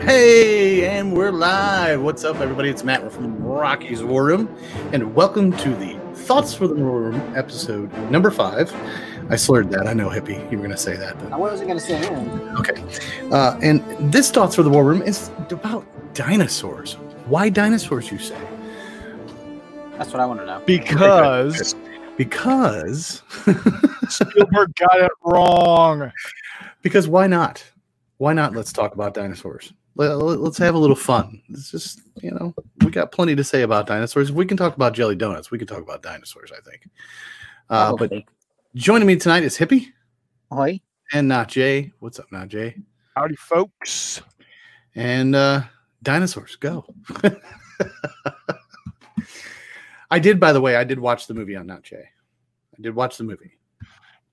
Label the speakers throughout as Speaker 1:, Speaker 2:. Speaker 1: Hey, and we're live. What's up, everybody? It's Matt from Rocky's War Room, and welcome to the Thoughts for the War Room episode number five. I slurred that. I know, hippie, you were going to say that,
Speaker 2: I wasn't going to say anything.
Speaker 1: but okay. Uh, and this Thoughts for the War Room is about dinosaurs. Why dinosaurs, you say?
Speaker 2: That's what I want to know.
Speaker 3: because
Speaker 1: Because,
Speaker 3: Spielberg got it wrong.
Speaker 1: because why not? Why not? Let's talk about dinosaurs. Let- let- Let's have a little fun. It's just, you know, we got plenty to say about dinosaurs. If we can talk about jelly donuts, we can talk about dinosaurs, I think. Uh, but
Speaker 2: Probably.
Speaker 1: Joining me tonight is Hippie
Speaker 2: Oi.
Speaker 1: and Not Jay. What's up, Not Jay?
Speaker 3: Howdy, folks.
Speaker 1: And uh, dinosaurs, go. I did, by the way, I did watch the movie on Not Jay. I did watch the movie.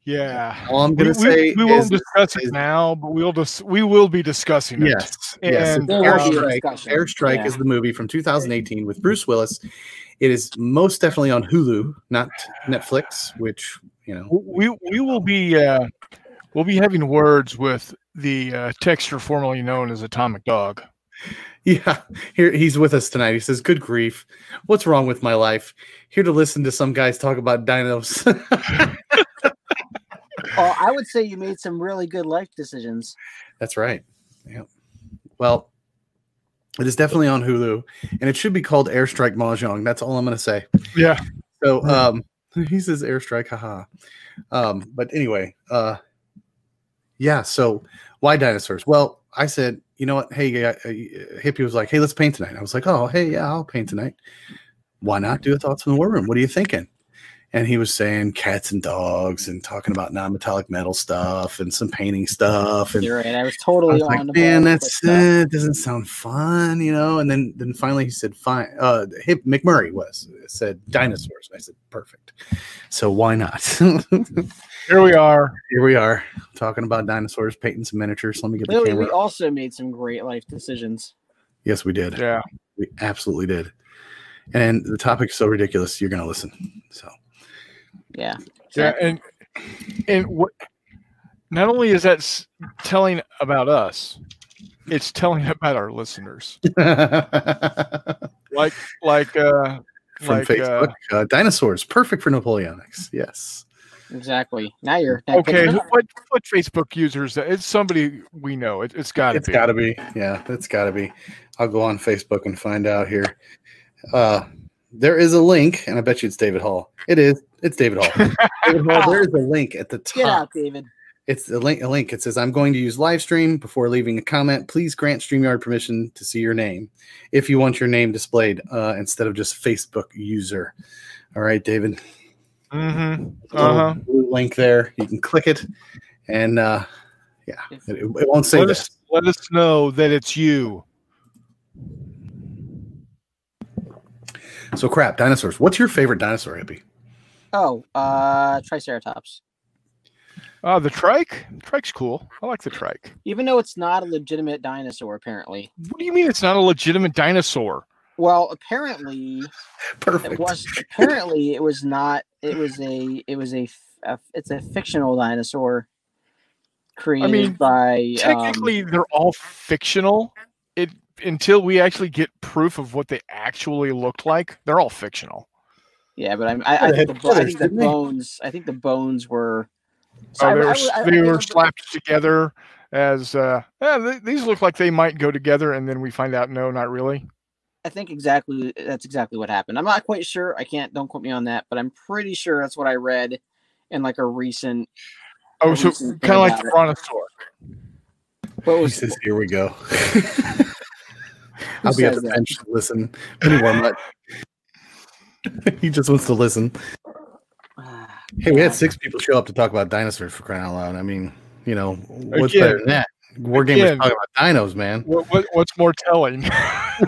Speaker 3: Yeah.
Speaker 1: All I'm
Speaker 3: We,
Speaker 1: going to say
Speaker 3: we, we
Speaker 1: is
Speaker 3: won't discuss
Speaker 1: is-
Speaker 3: it now, but we'll dis- we will be discussing it.
Speaker 1: yes, yes.
Speaker 3: And, um,
Speaker 1: it's
Speaker 2: There will be a
Speaker 1: Airstrike,
Speaker 2: discussion.
Speaker 1: Airstrike
Speaker 2: Yeah.
Speaker 1: is the movie from 2018 with Bruce Willis. It is most definitely on Hulu, not Netflix, which you know.
Speaker 3: We we will be uh, we'll be having words with the uh, texture formerly known as Atomic Dog.
Speaker 1: Yeah, here he's with us tonight. He says, "Good grief, what's wrong with my life? Here to listen to some guys talk about dinos."
Speaker 2: Oh, I would say you made some really good life decisions.
Speaker 1: That's right. Yeah. Well, it is definitely on Hulu, and it should be called Airstrike Mahjong. That's all I'm going to say.
Speaker 3: Yeah.
Speaker 1: So, um, he says Airstrike, haha. Um, but anyway, uh, yeah. So, why dinosaurs? Well, I said, you know what? Hey, uh, uh, hippie was like, hey, let's paint tonight. I was like, oh, hey, yeah, I'll paint tonight. Why not do a thoughts from the war room? What are you thinking? And he was saying cats and dogs and talking about non-metallic metal stuff and some painting stuff and
Speaker 2: You're right. I was
Speaker 1: I
Speaker 2: totally
Speaker 1: was
Speaker 2: on the
Speaker 1: like,
Speaker 2: ball
Speaker 1: man,
Speaker 2: with
Speaker 1: that's
Speaker 2: that.
Speaker 1: uh, doesn't sound fun, you know. And then then finally he said, fine. Uh, Hip McMurray was said dinosaurs. And I said, perfect. So why not? Here
Speaker 3: Here we are.
Speaker 1: we are talking about dinosaurs, painting some miniatures. Let me get the
Speaker 2: Clearly,
Speaker 1: camera.
Speaker 2: we also made some great life decisions.
Speaker 1: yes, we did.
Speaker 3: Yeah.
Speaker 1: We absolutely did. And the topic's so ridiculous, you're gonna listen. So
Speaker 2: Yeah.
Speaker 3: Yeah. And and what? Not only is that s- telling about us, it's telling about our listeners. Like like uh,
Speaker 1: from
Speaker 3: like, uh,
Speaker 1: Facebook, uh, dinosaurs, perfect for Napoleonics. Yes.
Speaker 2: Exactly. Now you're now
Speaker 3: Okay,
Speaker 2: picking
Speaker 3: who-
Speaker 2: up.
Speaker 3: what what Facebook users? It's somebody we know. It, it's got to
Speaker 1: It's
Speaker 3: be.
Speaker 1: got to be. Yeah, it's got to be. I'll go on Facebook and find out here. Uh, there is a link, and I bet you it's David Hall. It is. It's David Hall. David Hall there is a link at the
Speaker 2: Get
Speaker 1: top.
Speaker 2: out, David.
Speaker 1: It's a link. A link. It says, "I'm going to use live stream." Before leaving a comment, please grant Streamyard permission to see your name, if you want your name displayed uh, instead of just Facebook user. All right, David.
Speaker 3: hmm
Speaker 1: Little
Speaker 3: Uh-huh.
Speaker 1: Blue link there. You can click it, and uh, yeah, it, it won't say
Speaker 3: Let
Speaker 1: this.
Speaker 3: us, let us know that it's you.
Speaker 1: So crap, dinosaurs. What's your favorite dinosaur, hippie?
Speaker 2: Oh, uh, Triceratops.
Speaker 3: Oh, the trike. Trike's cool. I like the trike.
Speaker 2: Even though it's not a legitimate dinosaur, apparently.
Speaker 3: What do you mean it's not a legitimate dinosaur?
Speaker 2: Well, apparently
Speaker 1: Perfect.
Speaker 2: it was. Apparently, it was not. It was a. It was a. f- a- it's a fictional dinosaur created
Speaker 3: mean,
Speaker 2: by. um,
Speaker 3: Technically, they're all fictional. It until we actually get proof of what they actually looked like, they're all fictional.
Speaker 2: Yeah, but I'm, I,
Speaker 1: Yeah,
Speaker 2: I,
Speaker 1: they
Speaker 2: think the,
Speaker 1: had
Speaker 2: bo- I
Speaker 1: feathers,
Speaker 2: think the
Speaker 1: didn't they?
Speaker 2: bones. I think the bones were. So
Speaker 3: Oh,
Speaker 2: I-
Speaker 3: they
Speaker 2: I
Speaker 3: were
Speaker 2: would- I- I
Speaker 3: they were
Speaker 2: remember-
Speaker 3: slapped together as uh, "Eh, th- these look like they might go together, and then we find out no, not really.
Speaker 2: I think exactly that's exactly what happened. I'm not quite sure. I can't. Don't quote me on that. But I'm pretty sure that's what I read in like a recent.
Speaker 3: Oh,
Speaker 2: What
Speaker 3: so
Speaker 2: was his name
Speaker 3: kind of like
Speaker 2: about
Speaker 3: the
Speaker 2: it?
Speaker 3: brontosaur.
Speaker 2: What
Speaker 1: he
Speaker 2: was
Speaker 1: says, "Here we go." I'll
Speaker 2: Who
Speaker 1: be at the
Speaker 2: says that?
Speaker 1: bench to listen. Penny Warmut. he just wants to listen.
Speaker 2: Ah,
Speaker 1: Hey, we had six people show up to talk about dinosaurs for crying out loud. I mean, you know, what's
Speaker 3: Again.
Speaker 1: better than that? War gamers
Speaker 3: Again.
Speaker 1: talking about dinos, man.
Speaker 3: What, what, what's more telling?
Speaker 1: I've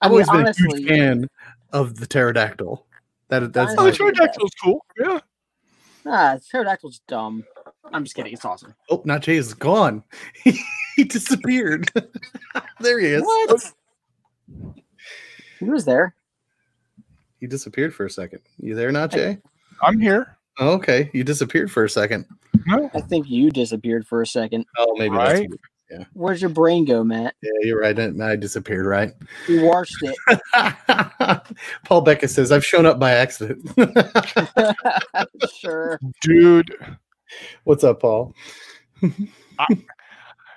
Speaker 1: always been a
Speaker 2: honestly-
Speaker 1: huge fan of the pterodactyl. That that's
Speaker 3: oh,
Speaker 1: my,
Speaker 3: the
Speaker 2: Dinosaurs.
Speaker 3: pterodactyl's cool. Yeah.
Speaker 2: ah, pterodactyl's dumb. I'm just kidding. It's awesome.
Speaker 1: oh, not Jay is gone. he disappeared. there he is.
Speaker 2: What? He was there.
Speaker 1: He disappeared for a second. You there, not Jay?
Speaker 3: I'm here.
Speaker 1: Okay, you disappeared for a second.
Speaker 3: No.
Speaker 2: I think you disappeared for a second.
Speaker 1: Oh, maybe
Speaker 3: Right?
Speaker 1: that's Yeah.
Speaker 2: Where's your brain go, Matt?
Speaker 1: Yeah, you're right. And I disappeared, right?
Speaker 2: You washed it.
Speaker 1: Paul Becker says, I've shown up by accident.
Speaker 2: sure.
Speaker 3: dude.
Speaker 1: What's up, Paul?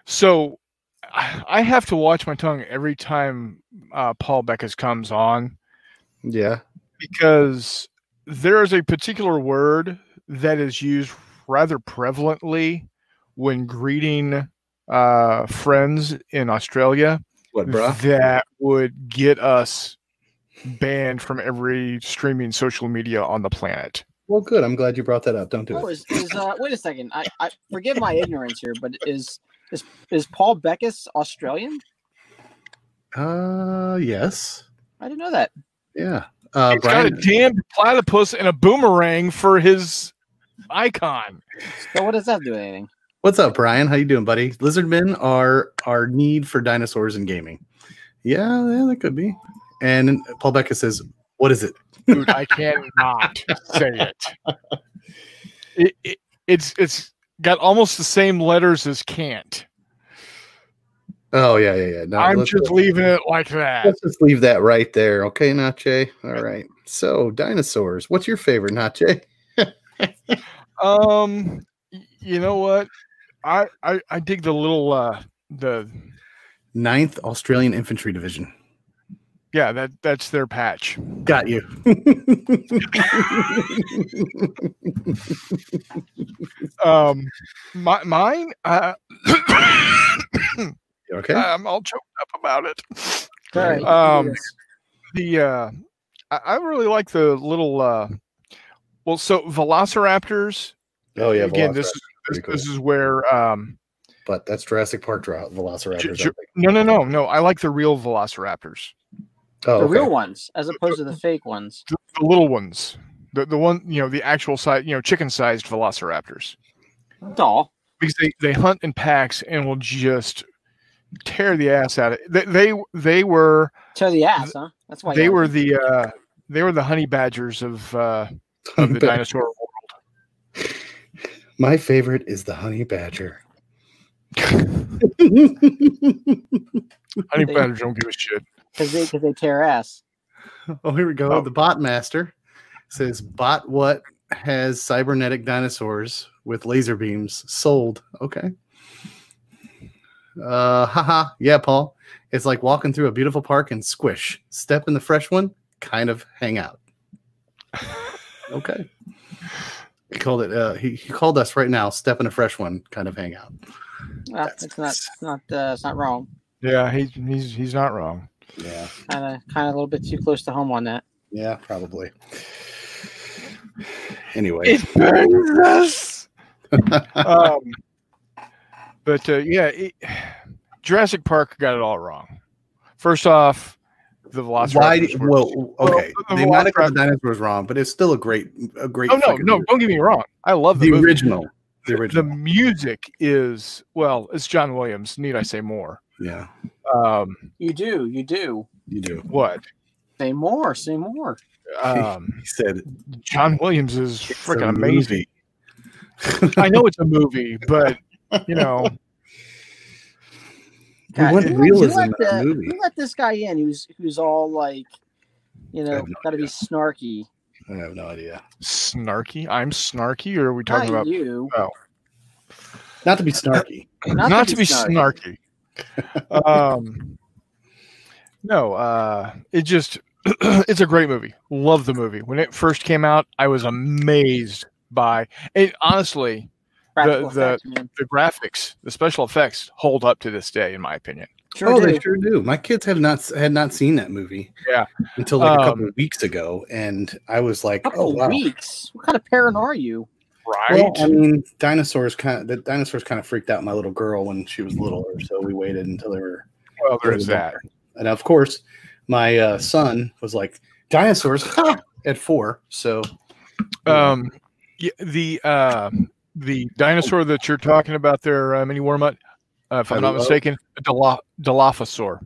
Speaker 3: So I I have to watch my tongue every time uh, Paul Beckus comes on
Speaker 1: Yeah.
Speaker 3: because there is a particular word that is used rather prevalently when greeting uh, friends in Australia
Speaker 1: What, bruh?
Speaker 3: that would get us banned from every streaming social media on the planet.
Speaker 1: Well, good. I'm glad you brought that up. Don't do
Speaker 2: Oh,
Speaker 1: it.
Speaker 2: is, is, uh, wait a second. I, I forgive my ignorance here, but is is is Paul Beckus Australian?
Speaker 1: Uh, yes.
Speaker 2: I didn't know that.
Speaker 1: Yeah. Uh,
Speaker 3: He's
Speaker 1: Brian,
Speaker 3: got a damn platypus and a boomerang for his icon.
Speaker 2: So what does that do with anything?
Speaker 1: what's up, Brian? How you doing, buddy? Lizard men are our need for dinosaurs in gaming. Yeah, yeah, that could be. And Paul Becker says, "What is it?"
Speaker 3: Dude, I cannot say it. It, it. It's it's got almost the same letters as can't.
Speaker 1: Oh, yeah, yeah, yeah. No,
Speaker 3: I'm
Speaker 1: let's-
Speaker 3: just leaving it like that.
Speaker 1: Let's just leave that right there, okay, Nache? All right. So, dinosaurs. What's your favorite, Nache?
Speaker 3: Um, y- you know what? I I, I dig the little uh the
Speaker 1: Ninth Australian Infantry Division.
Speaker 3: yeah that that's their patch.
Speaker 1: Got you.
Speaker 3: Um, my mine. Uh,
Speaker 1: okay.
Speaker 3: I'm all choked up about it.
Speaker 1: Sorry.
Speaker 2: Sorry.
Speaker 3: Um, the uh I, I really like the little uh well so velociraptors
Speaker 1: oh yeah.
Speaker 3: again this is this,
Speaker 1: pretty cool.
Speaker 3: this is where um
Speaker 1: but that's Jurassic Park dra- Velociraptors.
Speaker 3: Ju-
Speaker 1: I
Speaker 3: ju-
Speaker 1: think.
Speaker 3: no no no no I like the real velociraptors
Speaker 1: oh,
Speaker 2: the
Speaker 1: okay.
Speaker 2: real ones, as opposed to the fake ones.
Speaker 3: the, the little ones the the one you know the actual size you know chicken sized velociraptors
Speaker 2: Doll.
Speaker 3: because they they hunt in packs and will just tear the ass out of they they, they were
Speaker 2: Tear the ass, huh? That's why
Speaker 3: they
Speaker 2: you-
Speaker 3: were the uh they were the honey badgers of uh of the
Speaker 1: But
Speaker 3: dinosaur world.
Speaker 1: My favorite is the honey badger.
Speaker 3: honey
Speaker 2: They-
Speaker 3: badgers don't give a shit
Speaker 2: because they, 'cause they tear ass.
Speaker 1: oh, here we go.
Speaker 3: Oh.
Speaker 1: The bot master says, "Bot what has cybernetic dinosaurs with laser beams sold?" Okay. Uh, haha. Yeah, Paul. It's like walking through a beautiful park and squish. Step in the fresh one, kind of hang out. Okay. He called it. Uh, he, he called us right now. Step in a fresh one, kind of hang out.
Speaker 2: Well,
Speaker 1: That's-
Speaker 2: it's not it's not uh, it's not wrong.
Speaker 3: Yeah, he's he's he's not wrong.
Speaker 1: Yeah.
Speaker 2: Kind of kind of a little bit too close to home on that.
Speaker 1: Yeah, probably. Anyway,
Speaker 3: It burns us. um, but uh, yeah, it, Jurassic Park got it all wrong. First off, the Velociraptor.
Speaker 1: why? do- Well,
Speaker 3: Well,
Speaker 1: okay,
Speaker 3: the
Speaker 1: they might have got
Speaker 3: Velociraptor-
Speaker 1: the dinosaurs wrong, but it's still a great, a great.
Speaker 3: oh no,
Speaker 1: fucking
Speaker 3: no,
Speaker 1: movie.
Speaker 3: don't get me wrong. I love the,
Speaker 1: the
Speaker 3: movie.
Speaker 1: original, the
Speaker 3: The
Speaker 1: original.
Speaker 3: music is well, it's John Williams. Need I say more?
Speaker 1: yeah,
Speaker 3: Um,
Speaker 2: You do, you do.
Speaker 1: you do.
Speaker 3: what?
Speaker 2: Say more, say more.
Speaker 3: Um,
Speaker 1: He said,
Speaker 3: John Williams is
Speaker 1: "It's a
Speaker 3: freaking amazing.
Speaker 1: movie."
Speaker 3: I know it's a movie, but you know,
Speaker 1: We want
Speaker 2: who let- who
Speaker 1: realism
Speaker 2: let
Speaker 1: in that
Speaker 2: the-
Speaker 1: movie.
Speaker 2: Who let this guy in? Who's who's all like, you know,
Speaker 1: have no
Speaker 2: got to be snarky.
Speaker 1: I have no idea.
Speaker 3: snarky. I'm snarky, or are we talking
Speaker 2: Not
Speaker 3: about
Speaker 2: you.
Speaker 1: Not
Speaker 2: Uh,
Speaker 1: to be snarky.
Speaker 2: Not,
Speaker 3: not to be snarky. um, no, uh, it just it's a great movie. Love the movie. When it first came out, I was amazed by it. Honestly,
Speaker 2: Practical
Speaker 3: the-
Speaker 2: effects, man.
Speaker 3: the graphics, the special effects hold up to this day, in my opinion.
Speaker 2: Sure
Speaker 1: oh,
Speaker 2: do.
Speaker 1: they sure do. My kids have not had not seen that movie.
Speaker 3: Yeah.
Speaker 1: until like a couple
Speaker 3: Um,
Speaker 1: of weeks ago, and I was like,
Speaker 2: couple
Speaker 1: "Oh wow."
Speaker 2: weeks. What kind of parent are you?
Speaker 3: Right?
Speaker 1: Well, I mean, dinosaurs kind of the dinosaurs kind of freaked out my little girl when she was littler, so we waited until they were
Speaker 3: Well, there is that.
Speaker 1: And of course, my uh, son was like, dinosaurs huh, at four. So,
Speaker 3: Um, y- the uh, the dinosaur that you're talking about there, uh, mini warmut. Uh, if I'm not
Speaker 1: Hello?
Speaker 3: mistaken, a Diloph- Dilophosaur.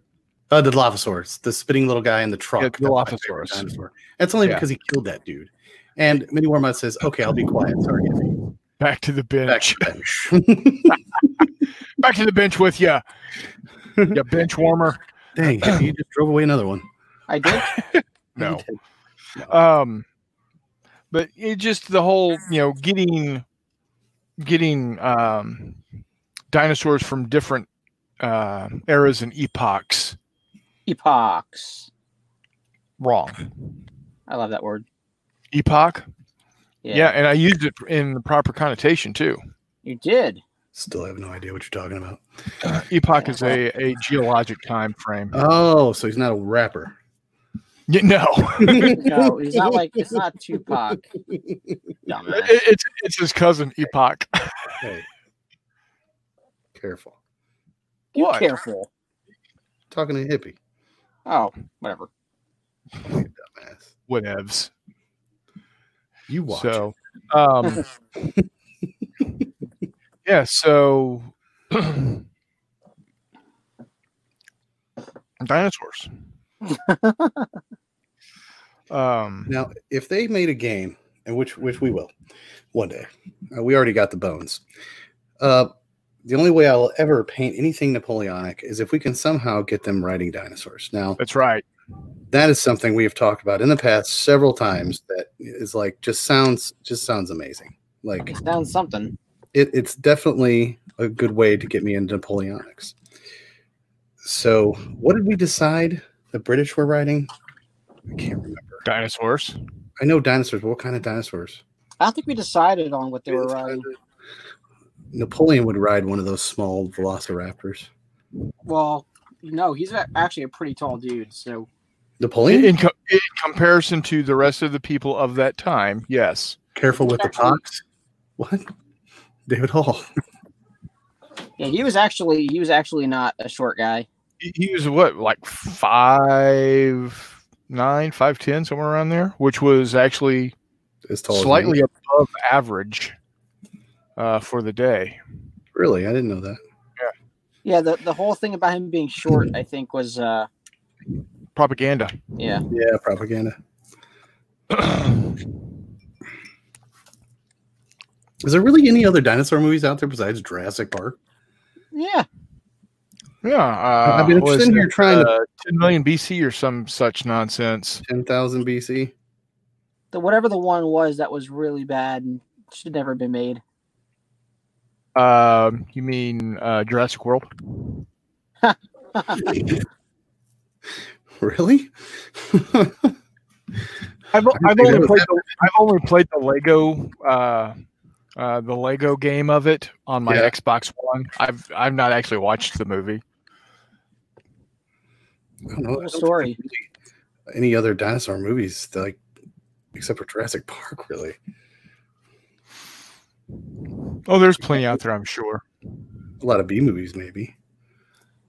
Speaker 1: uh, the Dilophosaurus, the spitting little guy in the truck.
Speaker 3: Yeah,
Speaker 1: That's my favorite
Speaker 3: Dilophosaurus.
Speaker 1: dinosaur. That's only
Speaker 3: Yeah.
Speaker 1: because he killed that dude. And Mini Warmot says, okay, I'll be quiet. Sorry.
Speaker 3: Back to the bench.
Speaker 1: Back to the bench.
Speaker 3: Back to the bench with you. You bench warmer.
Speaker 1: Dang, you just drove away another one.
Speaker 2: I did.
Speaker 3: No. Um, but it just the whole you know getting getting um, dinosaurs from different uh, eras and epochs
Speaker 2: Epochs.
Speaker 3: wrong.
Speaker 2: I love that word.
Speaker 3: Epoch.
Speaker 2: Yeah.
Speaker 3: yeah, and I used it in the proper connotation too.
Speaker 2: You did.
Speaker 1: Still have no idea what you're talking about.
Speaker 3: Epoch is a, a geologic time frame.
Speaker 1: Oh, so he's not a rapper.
Speaker 3: Yeah, no,
Speaker 1: Uh,
Speaker 2: No, he's not like it's not Tupac. Dumbass.
Speaker 3: It- it's it's his cousin Epoch.
Speaker 1: Hey, careful.
Speaker 2: You
Speaker 3: What?
Speaker 2: careful.
Speaker 1: Talking to hippie.
Speaker 2: Oh, whatever.
Speaker 1: Dumbass.
Speaker 3: Whatevs.
Speaker 1: You watch.
Speaker 3: So, um, yeah. So, dinosaurs. um,
Speaker 1: Now, if they made a game, and which which we will, one day, uh, we already got the bones. Uh, the only way I'll ever paint anything Napoleonic is if we can somehow get them riding dinosaurs. Now,
Speaker 3: that's right.
Speaker 1: that is something we have talked about in the past several times. That is like just sounds just sounds amazing. Like
Speaker 2: It sounds something.
Speaker 1: it, it's definitely a good way to get me into Napoleonics. So, what did we decide the British were riding? I can't remember.
Speaker 3: Dinosaurs.
Speaker 1: I know dinosaurs, but what kind of dinosaurs?
Speaker 2: I don't think we decided on what they were riding.
Speaker 1: Napoleon would ride one of those small velociraptors.
Speaker 2: Well, no, he's a- actually a pretty tall dude. So
Speaker 1: Napoleon,
Speaker 3: In, in, co- in comparison to the rest of the people of that time, yes.
Speaker 1: careful with the pox. What? David Hall.
Speaker 2: yeah, he was actually he was actually not a short guy.
Speaker 3: He- he was what like five nine five ten somewhere around there which was actually
Speaker 1: Is tall as me.
Speaker 3: slightly above average uh, for the day
Speaker 1: Really, I didn't know that.
Speaker 2: Yeah, the, the whole thing about him being short, I think, was uh
Speaker 3: propaganda
Speaker 2: yeah.
Speaker 1: Yeah, propaganda. Is there really any other dinosaur movies out there besides Jurassic Park?
Speaker 2: Yeah.
Speaker 3: yeah uh,
Speaker 1: I've been
Speaker 3: was
Speaker 1: sitting here
Speaker 3: it,
Speaker 1: trying to
Speaker 3: uh, 10 million bc or some such nonsense
Speaker 1: ten thousand BC.
Speaker 2: The whatever the one was that was really bad and should never have been made.
Speaker 3: um, you mean uh, jurassic world
Speaker 1: Really?
Speaker 3: I've, I've,
Speaker 1: think
Speaker 3: only
Speaker 1: that was
Speaker 3: played the, I've only played the Lego uh, uh, the Lego game of it on my
Speaker 1: Yeah.
Speaker 3: Xbox One. I've I've not actually watched the movie.
Speaker 1: I don't know.
Speaker 2: Cool story.
Speaker 1: Any other dinosaur movies that, like except for Jurassic Park, really?
Speaker 3: Oh, there's plenty out there, I'm sure.
Speaker 1: A lot of B movies, maybe.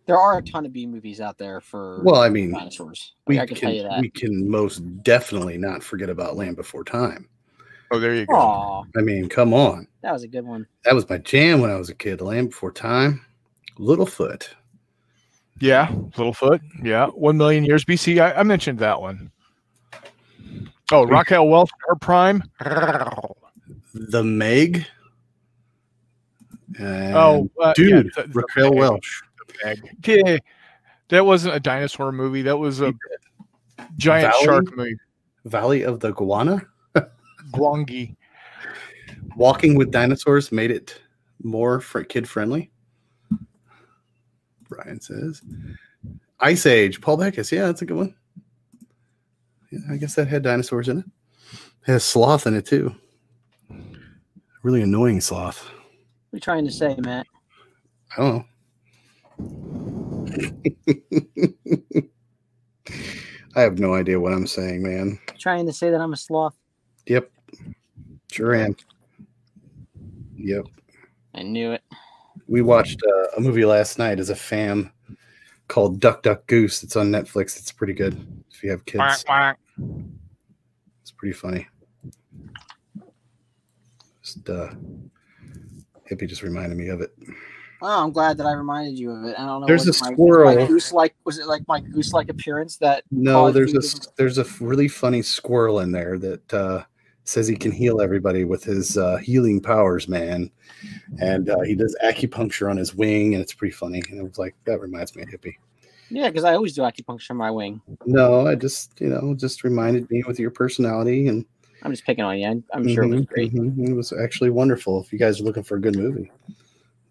Speaker 2: There are a ton of B movies out there for
Speaker 1: Well, I mean,
Speaker 2: dinosaurs.
Speaker 1: we
Speaker 2: I
Speaker 1: can,
Speaker 2: can tell you that.
Speaker 1: we can most definitely not forget about Land Before Time.
Speaker 3: Oh, there you go.
Speaker 2: Aw,
Speaker 1: I mean, come on,
Speaker 2: that was a good one.
Speaker 1: that was my jam when I was a kid. Land Before Time, Littlefoot.
Speaker 3: Yeah, Littlefoot. Yeah, one million years BC. I, I mentioned that one. Oh, Raquel Welch, her prime.
Speaker 1: The Meg. And
Speaker 3: oh, uh,
Speaker 1: dude,
Speaker 3: yeah, the- the
Speaker 1: Raquel
Speaker 3: Meg,
Speaker 1: Welch.
Speaker 3: Meg. Yeah, that wasn't a dinosaur movie. That was a giant
Speaker 1: Valley?
Speaker 3: shark movie.
Speaker 1: Valley of the Guana.
Speaker 3: Gwangi.
Speaker 1: Walking with dinosaurs made it more for kid friendly. Brian says, "Ice Age." Paul Beckus. Yeah, that's a good one. Yeah, I guess that had dinosaurs in it. It has sloth in it too. Really annoying sloth.
Speaker 2: What are you trying to say, Matt?
Speaker 1: I don't know. I have no idea what I'm saying, man.
Speaker 2: trying to say that I'm a sloth?
Speaker 1: Yep, sure am. Yep.
Speaker 2: I knew it.
Speaker 1: we watched uh, a movie last night as a fam called Duck Duck Goose. It's on Netflix. It's pretty good if you have kids.
Speaker 3: Quack,
Speaker 1: It's pretty funny. Just uh, hippie just reminded me of it.
Speaker 2: Oh, I'm glad that I reminded you of it. I don't know.
Speaker 1: There's
Speaker 2: was
Speaker 1: a
Speaker 2: my-
Speaker 1: squirrel.
Speaker 2: My goose like was it like my goose like appearance that
Speaker 1: No,
Speaker 2: Oh,
Speaker 1: there's a
Speaker 2: Jesus.
Speaker 1: there's a really funny squirrel in there that uh, says he can heal everybody with his uh, healing powers, man. And uh, he does acupuncture on his wing, and it's pretty funny. And it was like that reminds me of hippie.
Speaker 2: Yeah, because I always do acupuncture on my wing.
Speaker 1: No, I just you know just reminded me with your personality, and
Speaker 2: I'm just picking on you. I'm, I'm sure it was
Speaker 1: Mhm,
Speaker 2: great.
Speaker 1: mhm, it was actually wonderful. If you guys are looking for a good movie,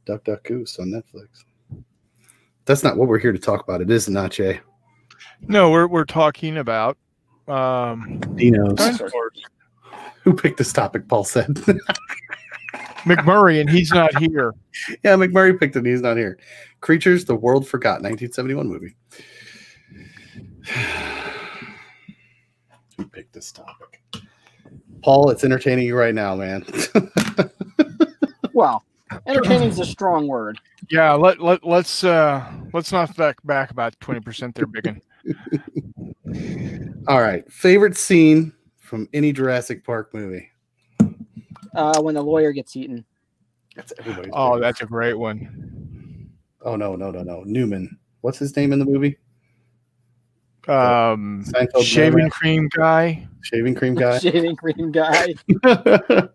Speaker 1: Duck Duck Goose on Netflix. That's not what we're here to talk about. It is not Jay.
Speaker 3: No, we're we're talking about um,
Speaker 1: Dinos.
Speaker 3: dinosaurs.
Speaker 1: Who picked this topic? Paul said.
Speaker 3: McMurray, and he's not here.
Speaker 1: yeah, McMurray picked it. He's not here. Creatures the World Forgot, 1971 movie. Who picked this topic? Paul, it's entertaining you right now, man.
Speaker 2: Well, entertaining is a strong word.
Speaker 3: Yeah, let let let's uh, let's not back back about twenty percent there, Biggin.
Speaker 1: All right. Favorite scene from any Jurassic Park movie?
Speaker 2: Uh, when the lawyer gets eaten.
Speaker 1: That's everybody's.
Speaker 3: Oh,
Speaker 1: favorite.
Speaker 3: that's a great one.
Speaker 1: oh, no, no, no, no. Newman. What's his name in the movie?
Speaker 3: Um,
Speaker 1: Seinfeld
Speaker 3: shaving
Speaker 1: Nomad?
Speaker 3: cream guy.
Speaker 1: shaving cream guy.
Speaker 2: Shaving cream guy.
Speaker 1: Gosh,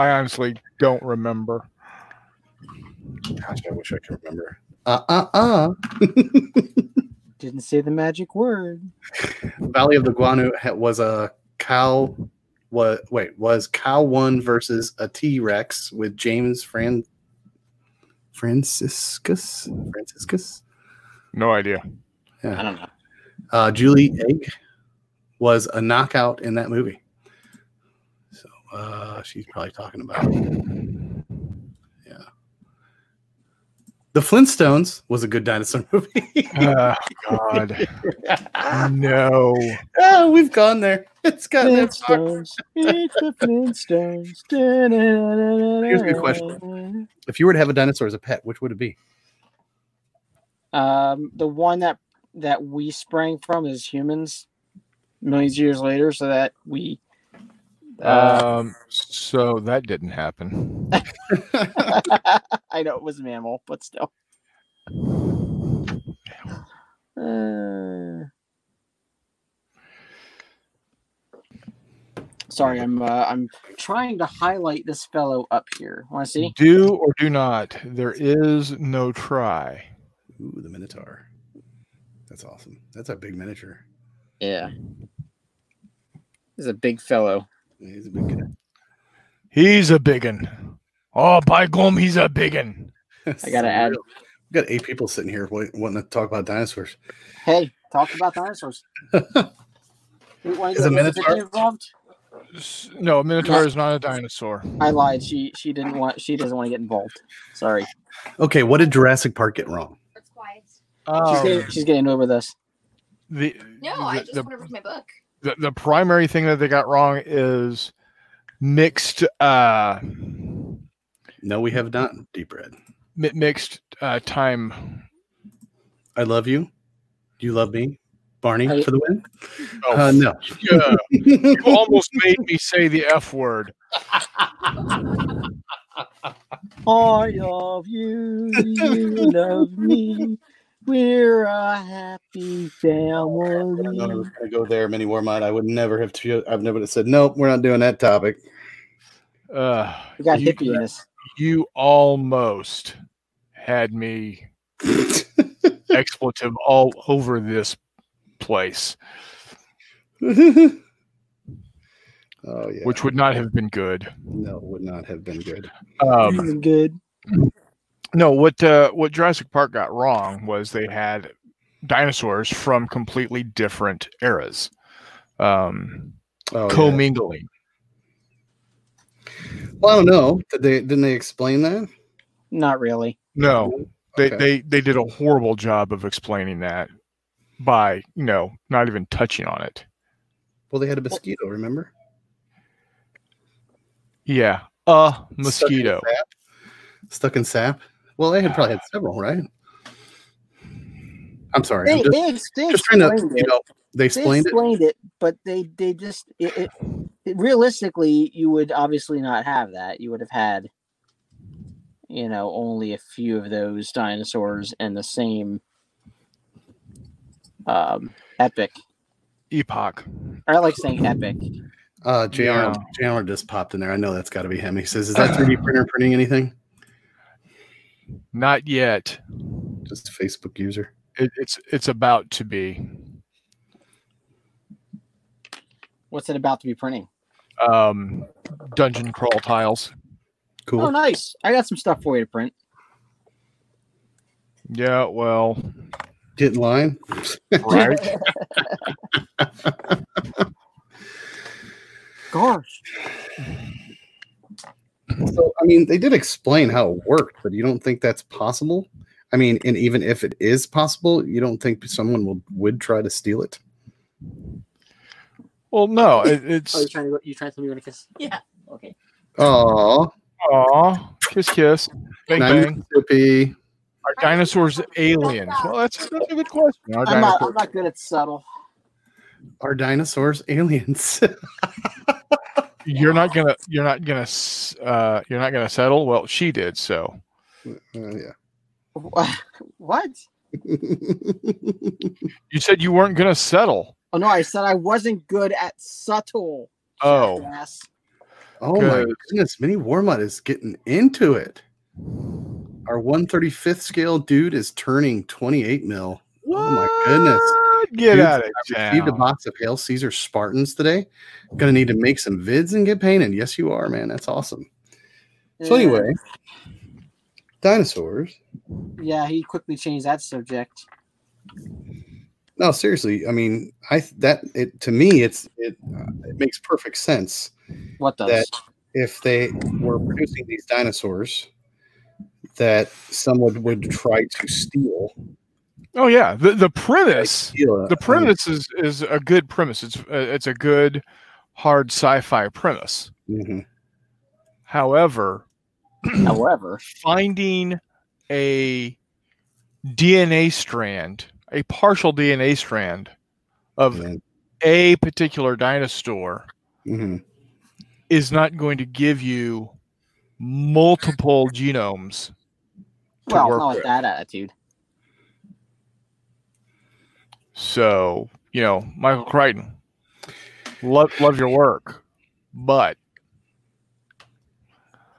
Speaker 3: I honestly don't remember.
Speaker 1: I wish I could remember. Uh uh uh.
Speaker 2: Didn't say the magic word.
Speaker 1: Valley of the Guanu ha- was a cow. What? Wait, was cow one versus a T Rex with James Fran Franciscus Franciscus?
Speaker 3: No idea.
Speaker 2: I don't know.
Speaker 1: Uh, Julie Egg was a knockout in that movie. So uh, she's probably talking about. Yeah. The Flintstones was a good dinosaur movie.
Speaker 3: Uh, God, no.
Speaker 1: oh, we've gone there. It's gotten that far.
Speaker 2: Flintstones. It's the Flintstones. Here's
Speaker 1: a good question. If you were to have a dinosaur as a pet, which would it be?
Speaker 2: Um, the one that that we sprang from as humans millions of years later, so that we uh,
Speaker 3: Um, so that didn't happen.
Speaker 2: I know it was a mammal, but still. Uh, sorry, I'm uh, I'm trying to highlight this fellow up here. Want to see?
Speaker 3: Do or do not. There is no try.
Speaker 1: Ooh, the Minotaur. That's awesome. That's a big miniature.
Speaker 2: Yeah, he's a big fellow.
Speaker 1: Yeah, He's a big guy.
Speaker 3: He's a biggin. Oh, by gum, he's a biggin.
Speaker 2: I gotta add-
Speaker 1: We've got eight people sitting here wa- wanting to talk about dinosaurs.
Speaker 2: Hey, talk about dinosaurs. Wait, why
Speaker 1: Is a
Speaker 2: was
Speaker 1: minotaur-
Speaker 2: Vicky involved?
Speaker 3: S- No, a minotaur is not a dinosaur.
Speaker 2: I lied. She she didn't want. She doesn't want to get involved. Sorry.
Speaker 1: Okay, what did Jurassic Park get wrong?
Speaker 4: It's quiet.
Speaker 2: She's
Speaker 1: Oh.
Speaker 3: Um,
Speaker 2: getting, she's getting into it with us.
Speaker 3: the,
Speaker 4: No,
Speaker 3: the,
Speaker 4: I just
Speaker 3: the,
Speaker 4: want to read my book.
Speaker 3: the, the primary thing that they got wrong is mixed uh mi-
Speaker 1: No, we have not. Deep red.
Speaker 3: mixed uh time
Speaker 1: I love you. You love me. Barney
Speaker 2: I-
Speaker 1: for the win.
Speaker 3: Oh,
Speaker 1: Uh, no.
Speaker 3: yeah, you almost made me say the f word
Speaker 2: I love you. You love me. We're a happy
Speaker 1: I thought I
Speaker 2: family.
Speaker 1: was gonna go there, Minnie Warmont. I would never have. To, I've never said nope. We're not doing that topic.
Speaker 3: uh
Speaker 2: We got
Speaker 3: you,
Speaker 2: hippie in this.
Speaker 3: you almost had me expletive all over this place
Speaker 1: oh yeah.
Speaker 3: which would not have been good
Speaker 1: no would not have been good. Mm-hmm.
Speaker 3: um
Speaker 2: Doing good.
Speaker 3: No, what uh, what Jurassic Park got wrong was they had dinosaurs from completely different eras, um,
Speaker 1: Oh, yeah.
Speaker 3: commingling.
Speaker 1: Well, I don't know. Did they didn't they explain that?
Speaker 2: Not really.
Speaker 3: No, they,
Speaker 1: Okay.
Speaker 3: they they did a horrible job of explaining that by you know not even touching on it.
Speaker 1: Well, they had a mosquito. Remember
Speaker 3: Yeah, a
Speaker 1: Stuck in
Speaker 3: mosquito.
Speaker 1: sap. Stuck in sap. Well, they had probably had several, right? I'm sorry.
Speaker 2: They,
Speaker 1: I'm just,
Speaker 2: they, ex- they
Speaker 1: just trying to
Speaker 2: explained
Speaker 1: you
Speaker 2: it.
Speaker 1: know they
Speaker 2: They
Speaker 1: explained it.
Speaker 2: explained it, but they they just it, it, it- realistically you would obviously not have that. You would have had you know only a few of those dinosaurs and the same um epic.
Speaker 3: Epoch.
Speaker 2: I like saying epic.
Speaker 1: Uh, JR,
Speaker 3: Yeah.
Speaker 1: JR just popped in there. I know that's got to be him. He says, "Is that 3D printer printing anything?"
Speaker 3: Not yet.
Speaker 1: Just a Facebook user.
Speaker 3: It, it's it's about to be.
Speaker 2: What's it about to be printing?
Speaker 3: Um, dungeon crawl tiles.
Speaker 1: Cool.
Speaker 2: Oh, nice. I got some stuff for you to print.
Speaker 3: Yeah, well,
Speaker 1: Get in line.
Speaker 3: right.
Speaker 2: Gosh.
Speaker 1: So, I mean, they did explain how it worked, but you don't think that's possible? I mean, and even if it is possible, you don't think someone will would try to steal it?
Speaker 3: Well, no, it,
Speaker 2: Oh,
Speaker 3: it's
Speaker 2: you're trying to you trying to tell me you want to kiss? Yeah. Okay.
Speaker 1: Oh,
Speaker 3: aw, kiss, kiss, bang, bang.
Speaker 1: Mississippi.
Speaker 3: Are dinosaurs aliens? Well, that's, that's a good question. Are
Speaker 2: I'm not,
Speaker 3: dinosaurs,
Speaker 2: I'm not good at subtle.
Speaker 1: Are dinosaurs aliens?
Speaker 3: you're not gonna, you're not gonna, s- uh, you're not gonna settle. Well, she did, so
Speaker 1: Uh, yeah.
Speaker 2: What?
Speaker 3: you said you weren't gonna settle.
Speaker 2: Oh no, I said I wasn't good at subtle.
Speaker 3: Oh,
Speaker 2: jackass.
Speaker 1: oh my
Speaker 3: Good.
Speaker 1: goodness, Minnie Warmut is getting into it. Our 135th scale dude is turning 28 mil. Oh my goodness.
Speaker 3: What? Get
Speaker 1: Dude,
Speaker 3: out of
Speaker 1: received a
Speaker 3: town.
Speaker 1: box of Hail Caesar Spartans today. Gonna need to make some vids and get painted. Yes, you are, man. That's awesome. So
Speaker 2: Yeah.
Speaker 1: anyway, dinosaurs.
Speaker 2: Yeah, he quickly changed that subject.
Speaker 1: No, seriously. I mean, I that it to me, it's it uh, it makes perfect sense
Speaker 2: What does?
Speaker 1: That- if they were producing these dinosaurs that someone would try to steal.
Speaker 3: Oh yeah, the the premise,
Speaker 1: steal it.
Speaker 3: the premise is is a good premise. It's uh, it's a good hard sci-fi premise.
Speaker 1: Mhm.
Speaker 3: However,
Speaker 2: However,
Speaker 3: finding a DNA strand, a partial DNA strand of
Speaker 1: And-
Speaker 3: a particular dinosaur
Speaker 1: mhm.
Speaker 3: is not going to give you multiple genomes. to
Speaker 2: well,
Speaker 3: work
Speaker 2: not with
Speaker 3: with.
Speaker 2: that attitude.
Speaker 3: So, you know, Michael Crichton, love love your work, but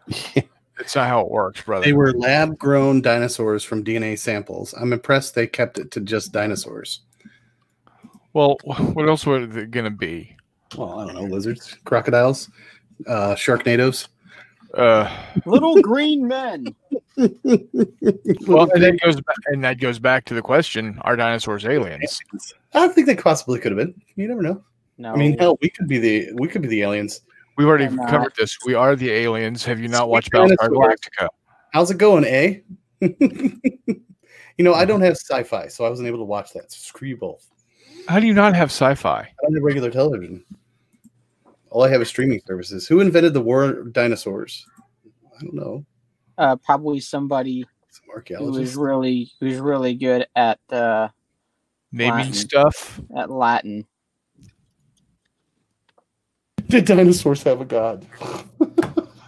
Speaker 3: it's not how it works, brother.
Speaker 1: They were lab grown dinosaurs from DNA samples. I'm impressed they kept it to just dinosaurs.
Speaker 3: well, what else were they going to be?
Speaker 1: Well, I don't know, lizards, crocodiles, uh, sharknadoes.
Speaker 3: Uh,
Speaker 2: Little green men.
Speaker 3: well, and that goes back, and that goes back to the question: Are dinosaurs aliens?
Speaker 1: I think they possibly could have been. You never know.
Speaker 2: No.
Speaker 1: I mean, hell, we could be the we could be the aliens.
Speaker 3: We've already
Speaker 2: They're not.
Speaker 3: covered this. We are the aliens. Have you not
Speaker 1: Sweet
Speaker 3: watched Battlestar
Speaker 1: dinosaurs.
Speaker 3: Galactica?
Speaker 1: How's it going, eh? you know, I don't have sci-fi, so I wasn't able to watch that. So screw you both.
Speaker 3: How do you not have sci-fi?
Speaker 1: I don't have regular television. All I have is streaming services. Who invented the war dinosaurs? I don't know.
Speaker 2: uh, probably somebody
Speaker 1: Some
Speaker 2: who was
Speaker 1: archaeologist.
Speaker 2: really who's really good at uh,
Speaker 3: Naming
Speaker 2: Latin.
Speaker 3: stuff.
Speaker 2: at Latin.
Speaker 1: Did dinosaurs have a god?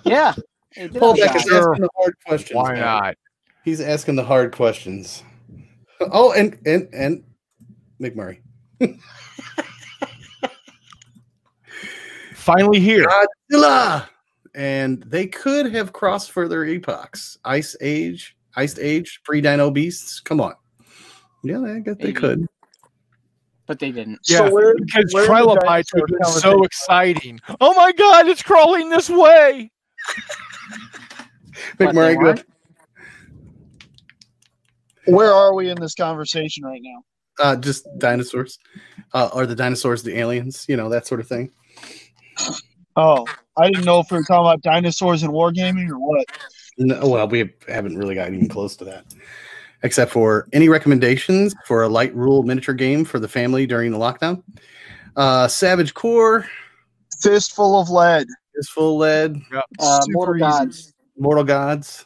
Speaker 2: Yeah. they did
Speaker 1: Paul
Speaker 2: have
Speaker 1: Beck is
Speaker 2: that.
Speaker 3: Sure.
Speaker 1: asking the hard questions.
Speaker 3: Why
Speaker 1: man.
Speaker 3: not?
Speaker 1: He's asking the hard questions. Oh, and and and McMurray.
Speaker 3: Finally here.
Speaker 1: Godzilla. And they could have crossed further epochs. Ice Age, Ice Age, pre dino beasts. Come on. Yeah, I guess they
Speaker 2: Maybe.
Speaker 1: could.
Speaker 2: but they didn't.
Speaker 3: Yeah,
Speaker 4: where,
Speaker 3: because
Speaker 4: where did the
Speaker 3: trilobites
Speaker 4: dinosaur
Speaker 3: would be so
Speaker 4: conversation-
Speaker 3: exciting. Oh my god, it's crawling this way.
Speaker 2: What, they
Speaker 1: McMurray, go-
Speaker 2: weren't?
Speaker 4: Where are we in this conversation right now?
Speaker 1: uh, just dinosaurs. Uh, are the dinosaurs the aliens? You know, that sort of thing.
Speaker 4: Oh, I didn't know if we were talking about dinosaurs and wargaming or what.
Speaker 1: No, well, we haven't really gotten even close to that. Except for any recommendations for a light rule miniature game for the family during the lockdown. Uh, Savage Core
Speaker 4: Fistful of lead.
Speaker 1: is full lead.
Speaker 2: Uh,
Speaker 4: Super
Speaker 2: Mortal
Speaker 4: easy.
Speaker 2: Gods.
Speaker 1: Mortal Gods.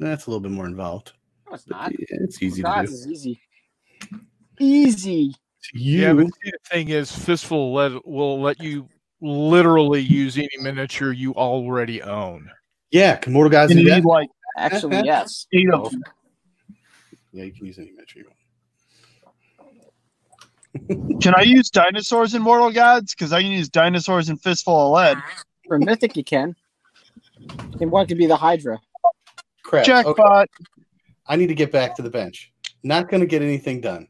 Speaker 1: That's a little bit more involved.
Speaker 2: No, it's
Speaker 1: but
Speaker 2: not.
Speaker 1: yeah, It's easy
Speaker 2: Mortal
Speaker 1: to
Speaker 2: Gods
Speaker 1: do.
Speaker 2: is easy. Easy.
Speaker 1: You
Speaker 3: Yeah, but see, the thing is, Fistful will let, will let you literally use any miniature you already own.
Speaker 1: Yeah, can Mortal Guys
Speaker 4: And
Speaker 1: do
Speaker 4: you
Speaker 1: that?
Speaker 4: need like
Speaker 2: Actually, yes.
Speaker 3: Oh.
Speaker 4: eight of them.
Speaker 1: Yeah, you can use any miniature you want.
Speaker 4: Can I use dinosaurs in Mortal Gods? Because I can use dinosaurs in Fistful of Lead.
Speaker 2: For Mythic, you can. And what could be the Hydra?
Speaker 1: Crap. Okay.
Speaker 4: Jackpot.
Speaker 1: I need to get back to the bench. Not going to get anything done.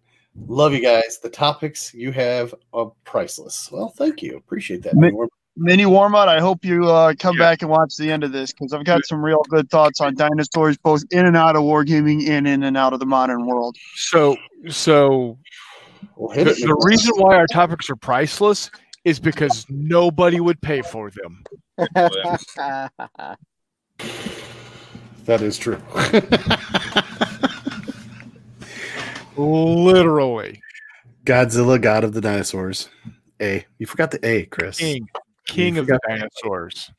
Speaker 1: Love you guys. The topics you have are priceless. Well, thank you. Appreciate that.
Speaker 4: Ma-
Speaker 1: We're-
Speaker 4: Mini Warmot, I hope you uh, come
Speaker 3: Yeah.
Speaker 4: back and watch the end of this because I've got some real good thoughts on dinosaurs, both in and out of wargaming and in and out of the modern world.
Speaker 3: So, so
Speaker 1: we'll
Speaker 3: the,
Speaker 1: hit it
Speaker 3: the
Speaker 1: next-
Speaker 3: reason why our topics are priceless is because nobody would pay for them.
Speaker 4: Oh,
Speaker 1: that is true.
Speaker 3: Literally,
Speaker 1: Godzilla, God of the Dinosaurs. A. You forgot the A, Chris.
Speaker 3: king, king of the dinosaurs.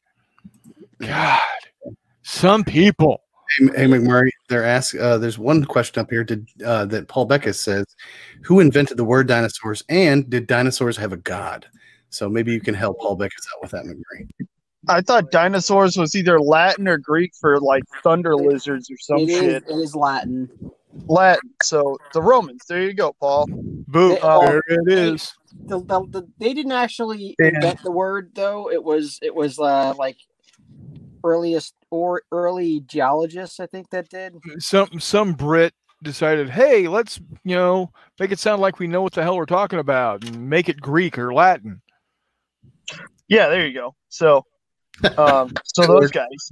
Speaker 3: God, some people.
Speaker 1: Hey, hey, McMurray, they're ask, uh, there's one question up here did, uh, that Paul Beckus says Who invented the word dinosaurs and did dinosaurs have a god? So maybe you can help Paul Beckus out with that, McMurray.
Speaker 4: I thought dinosaurs was either Latin or Greek for like thunder lizards or some
Speaker 2: it, is,
Speaker 4: shit.
Speaker 2: it is Latin.
Speaker 4: Latin. So the Romans. There you go, Paul.
Speaker 3: Boom!
Speaker 2: Oh.
Speaker 3: there it is.
Speaker 2: The, the, the, they didn't actually
Speaker 4: Yeah.
Speaker 2: invent the word though. It was it was uh, like earliest or early geologists I think that did.
Speaker 4: Hmm.
Speaker 3: Some some Brit decided, hey, let's you know make it sound like we know what the hell we're talking about, and make it Greek or Latin.
Speaker 4: Yeah, there you go. So, um, so those guys.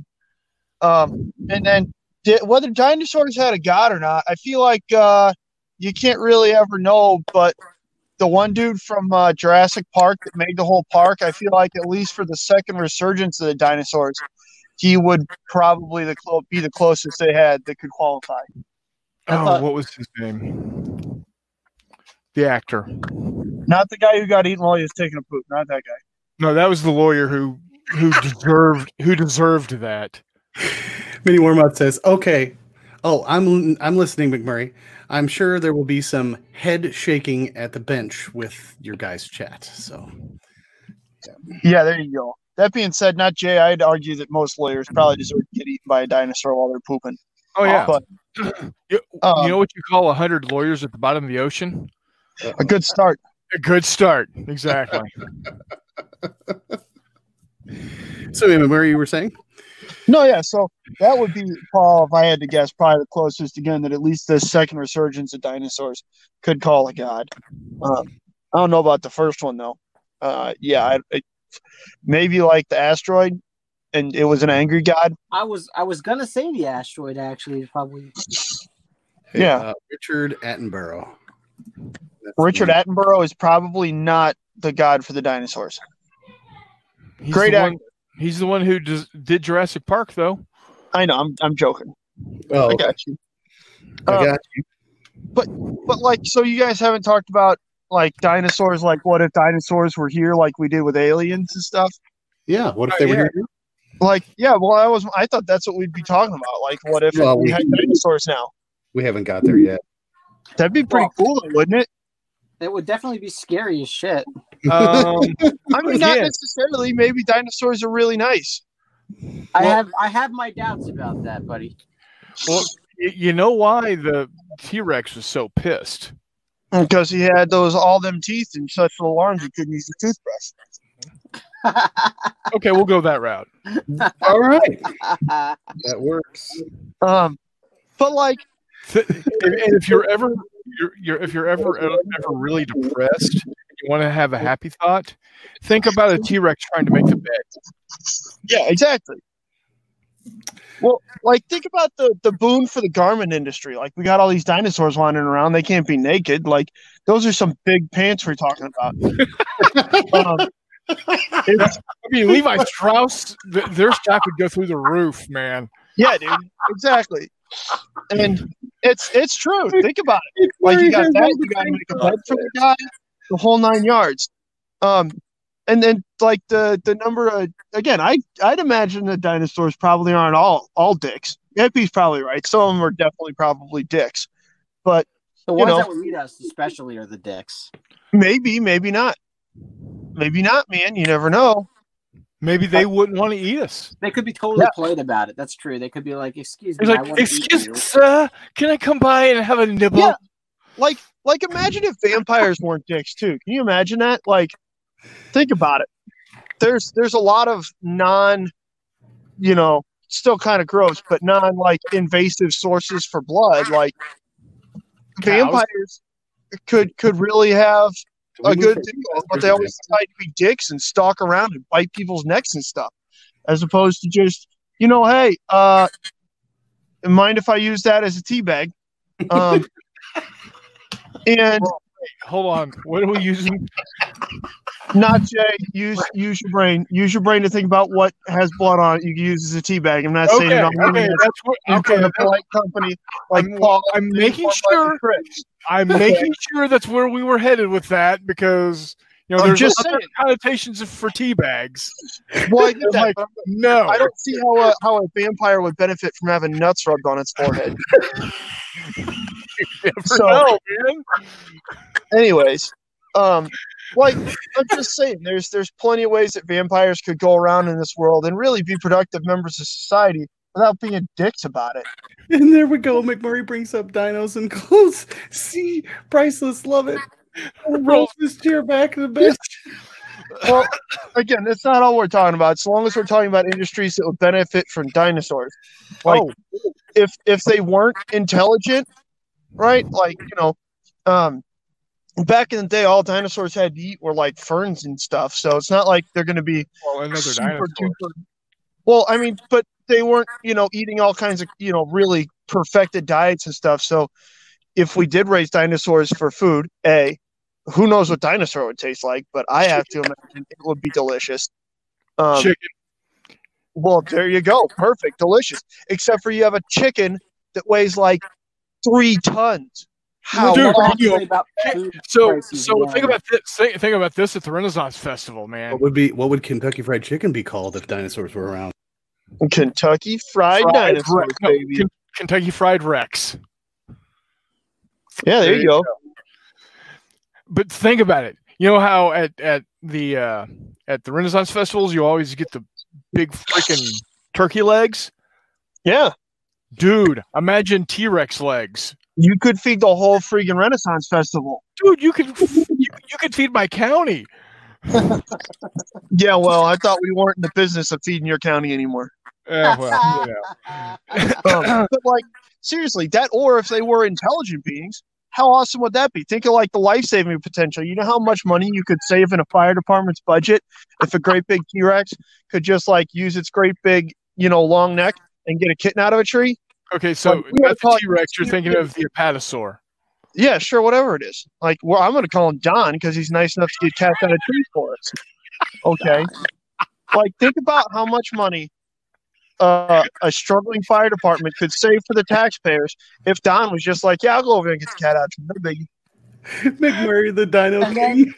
Speaker 4: Um, and then di- whether dinosaurs had a god or not, I feel like uh, you can't really ever know. But the one dude from uh, Jurassic Park that made the whole park, I feel like at least for the second resurgence of the dinosaurs, he would probably the clo- be the closest they had that could qualify.
Speaker 2: I
Speaker 3: oh,
Speaker 2: thought-
Speaker 3: what was his name? The actor.
Speaker 4: Not the guy who got eaten while he was taking a poop. Not that guy.
Speaker 3: No, that was the lawyer who who deserved who deserved that.
Speaker 1: Mini Warmot says, "Okay, oh, I'm I'm listening, McMurray. I'm sure there will be some head shaking at the bench with your guys' chat. So
Speaker 4: Yeah, there you go. That being said, not Jay. I'd argue that most lawyers probably deserve to get eaten by a dinosaur while they're pooping.
Speaker 3: Oh yeah.
Speaker 4: But,
Speaker 3: You-
Speaker 4: um,
Speaker 3: you know what you call a hundred lawyers at the bottom of the ocean?
Speaker 4: a good start.
Speaker 3: A good start. Exactly.
Speaker 1: so anyway, McMurray, you were saying,
Speaker 4: No, yeah. So that would be Paul, if I had to guess, probably the closest again that at least the second resurgence of dinosaurs could call a god. Um, I don't know about the first one though. Uh, yeah, I, I, maybe like the asteroid, and it was an angry god.
Speaker 2: I was I was gonna say the asteroid actually probably
Speaker 4: Yeah.
Speaker 1: uh, Richard Attenborough. That's the
Speaker 4: Richard
Speaker 1: name.
Speaker 4: Attenborough is probably not the god for the dinosaurs.
Speaker 3: He's
Speaker 4: Great
Speaker 3: the
Speaker 4: actor.
Speaker 3: One, he's the one who does, did Jurassic Park, though.
Speaker 4: I know. I'm I'm joking.
Speaker 1: Oh,
Speaker 4: I
Speaker 1: okay.
Speaker 4: got you.
Speaker 1: I
Speaker 4: Uh,
Speaker 1: got you.
Speaker 4: But like, so you guys haven't talked about like dinosaurs. Like, what if dinosaurs were here, like we did with aliens and stuff?
Speaker 1: Yeah. What if they were
Speaker 3: yeah.
Speaker 1: here?
Speaker 4: Like, yeah. Well, I was. I thought that's what we'd be talking about. Like, what if
Speaker 1: Well,
Speaker 4: we
Speaker 1: we-
Speaker 4: had dinosaurs now?
Speaker 1: We haven't got there yet.
Speaker 4: That'd be pretty cool, wouldn't it?
Speaker 2: it would definitely be scary as shit.
Speaker 3: Um,
Speaker 4: I mean, not
Speaker 3: Yeah.
Speaker 4: necessarily. Maybe dinosaurs are really nice.
Speaker 2: I
Speaker 3: Well-
Speaker 2: have I have my doubts about that, buddy.
Speaker 3: well, y- you know why the T Rex was so pissed?
Speaker 4: Because he had those all them teeth and such little arms, he couldn't use a toothbrush.
Speaker 3: Okay, we'll go that route.
Speaker 1: All right, that works.
Speaker 4: Um, but like,
Speaker 3: Th- and and if you're ever, you're, you're, if you're ever ever really depressed, you want to have a happy thought. Think about a T Rex trying to make the bed.
Speaker 4: yeah, exactly. Well, like, think about the the boon for the garment industry. Like, we got all these dinosaurs wandering around; they can't be naked. Like, those are some big pants we're talking about. um, it's-
Speaker 3: I mean, Levi Strauss, th- their stock would go through the roof, man.
Speaker 4: yeah, dude, exactly. And it's it's true. Think about it. Like you got that, you got to make a bed for the guy, the whole nine yards. Um, and then like the the number of again, I I'd imagine the dinosaurs probably aren't all all dicks. Eppy's probably right. Some of them are definitely probably dicks.
Speaker 2: The
Speaker 4: You
Speaker 2: ones
Speaker 4: know.
Speaker 2: that would eat us especially are the dicks.
Speaker 4: Maybe, maybe not. Maybe not, man. You never know.
Speaker 3: Maybe they wouldn't want to eat us.
Speaker 2: They could be totally
Speaker 4: Yeah.
Speaker 2: played about it. That's true. They could be like, "Excuse me,
Speaker 3: He's like,
Speaker 2: I want to eat
Speaker 3: excuse
Speaker 2: you."
Speaker 3: me, sir, can I come by and have a nibble?
Speaker 4: Yeah. Like, like imagine if vampires weren't dicks too. Can you imagine that? Like, think about it. There's there's a lot of non, you know, still kind of gross, but non like invasive sources for blood. Like vampires could could really have a good deal, but they always decide to be dicks and stalk around and bite people's necks and stuff, as opposed to just you know, hey, uh, mind if I use that as a tea bag? Um, and
Speaker 3: Hold on. What are we using?
Speaker 4: not Jay, use use your brain, use your brain to think about what has blood on it. You can use as a tea bag. I'm not saying
Speaker 3: Okay.
Speaker 4: it on
Speaker 3: Okay. That's what, okay.
Speaker 4: okay, a
Speaker 3: that's-
Speaker 4: polite company like
Speaker 3: I'm-
Speaker 4: Paul.
Speaker 3: I'm
Speaker 4: and
Speaker 3: making
Speaker 4: Paul
Speaker 3: sure-
Speaker 4: and Chris.
Speaker 3: I'm making sure that's where we were headed with that because you know
Speaker 4: I'm
Speaker 3: there's
Speaker 4: just
Speaker 3: other
Speaker 4: saying.
Speaker 3: connotations for tea bags.
Speaker 4: Well, I, get that,
Speaker 3: Like-
Speaker 4: but
Speaker 3: No,
Speaker 4: I don't see how a, how a vampire would benefit from having nuts rubbed on its forehead. so,
Speaker 3: no, man.
Speaker 4: anyways, um, like I'm just saying, there's there's plenty of ways that vampires could go around in this world and really be productive members of society without being dicks about it.
Speaker 1: And there we go. McMurray brings up dinos and clothes. See, priceless, love it. Rolls his chair back in the bed.
Speaker 4: Well, again, that's not all we're talking about. So long as we're talking about industries that would benefit from dinosaurs, like
Speaker 3: Oh.
Speaker 4: if if they weren't intelligent, right? Like you know, um, back in the day, all dinosaurs had to eat were like ferns and stuff. So it's not like they're going to be
Speaker 3: Well, another
Speaker 4: super
Speaker 3: dinosaur.
Speaker 4: duper. Well, I mean, but they weren't, you know, eating all kinds of, you know, really perfected diets and stuff. So if we did raise dinosaurs for food, A, who knows what dinosaur would taste like, but I have to imagine it would be delicious. Um,
Speaker 3: Chicken.
Speaker 4: well, there you go. Perfect. Delicious. Except for you have a chicken that weighs like three tons. How
Speaker 3: Dude,
Speaker 4: long-
Speaker 3: you-
Speaker 2: about food
Speaker 3: So,
Speaker 2: prices
Speaker 3: so
Speaker 2: again.
Speaker 3: think about this. Think, think about this at the Renaissance Festival, man.
Speaker 1: What would be what would Kentucky Fried Chicken be called if dinosaurs were around?
Speaker 4: Kentucky fried,
Speaker 3: Fried
Speaker 4: dinosaurs,
Speaker 3: Rex- no,
Speaker 4: baby.
Speaker 3: Ken- Kentucky Fried Rex.
Speaker 4: yeah, there, you go.
Speaker 3: But think about it. You know how at at the uh, at the Renaissance festivals you always get the big freaking turkey legs,
Speaker 4: Yeah.
Speaker 3: dude. Imagine T Rex legs,
Speaker 4: You could feed the whole freaking Renaissance Festival.
Speaker 3: dude. You could you, you could feed my county.
Speaker 4: Yeah, well, I thought we weren't in the business of feeding your county anymore.
Speaker 3: Eh, well, you know.
Speaker 4: Um, but like, seriously, that or if they were intelligent beings, how awesome would that be? Think of like the life-saving potential. You know how much money you could save in a fire department's budget if a great big T-Rex could just like use its great big, you know, long neck and get a kitten out of a tree?
Speaker 3: Okay, so
Speaker 4: Like, we
Speaker 3: not
Speaker 4: gotta call
Speaker 3: the
Speaker 4: it-
Speaker 3: T Rex. You're thinking of the apatosaur.
Speaker 4: Yeah, sure, whatever it is. Like, well, I'm going to call him Don because he's nice enough to get cast out of trees for us. Okay. Like, think about how much money uh, a struggling fire department could save for the taxpayers if Don was just like, yeah, I'll go over there and get the cat out. No biggie."
Speaker 1: McMurray the Dino
Speaker 2: And then-
Speaker 1: King.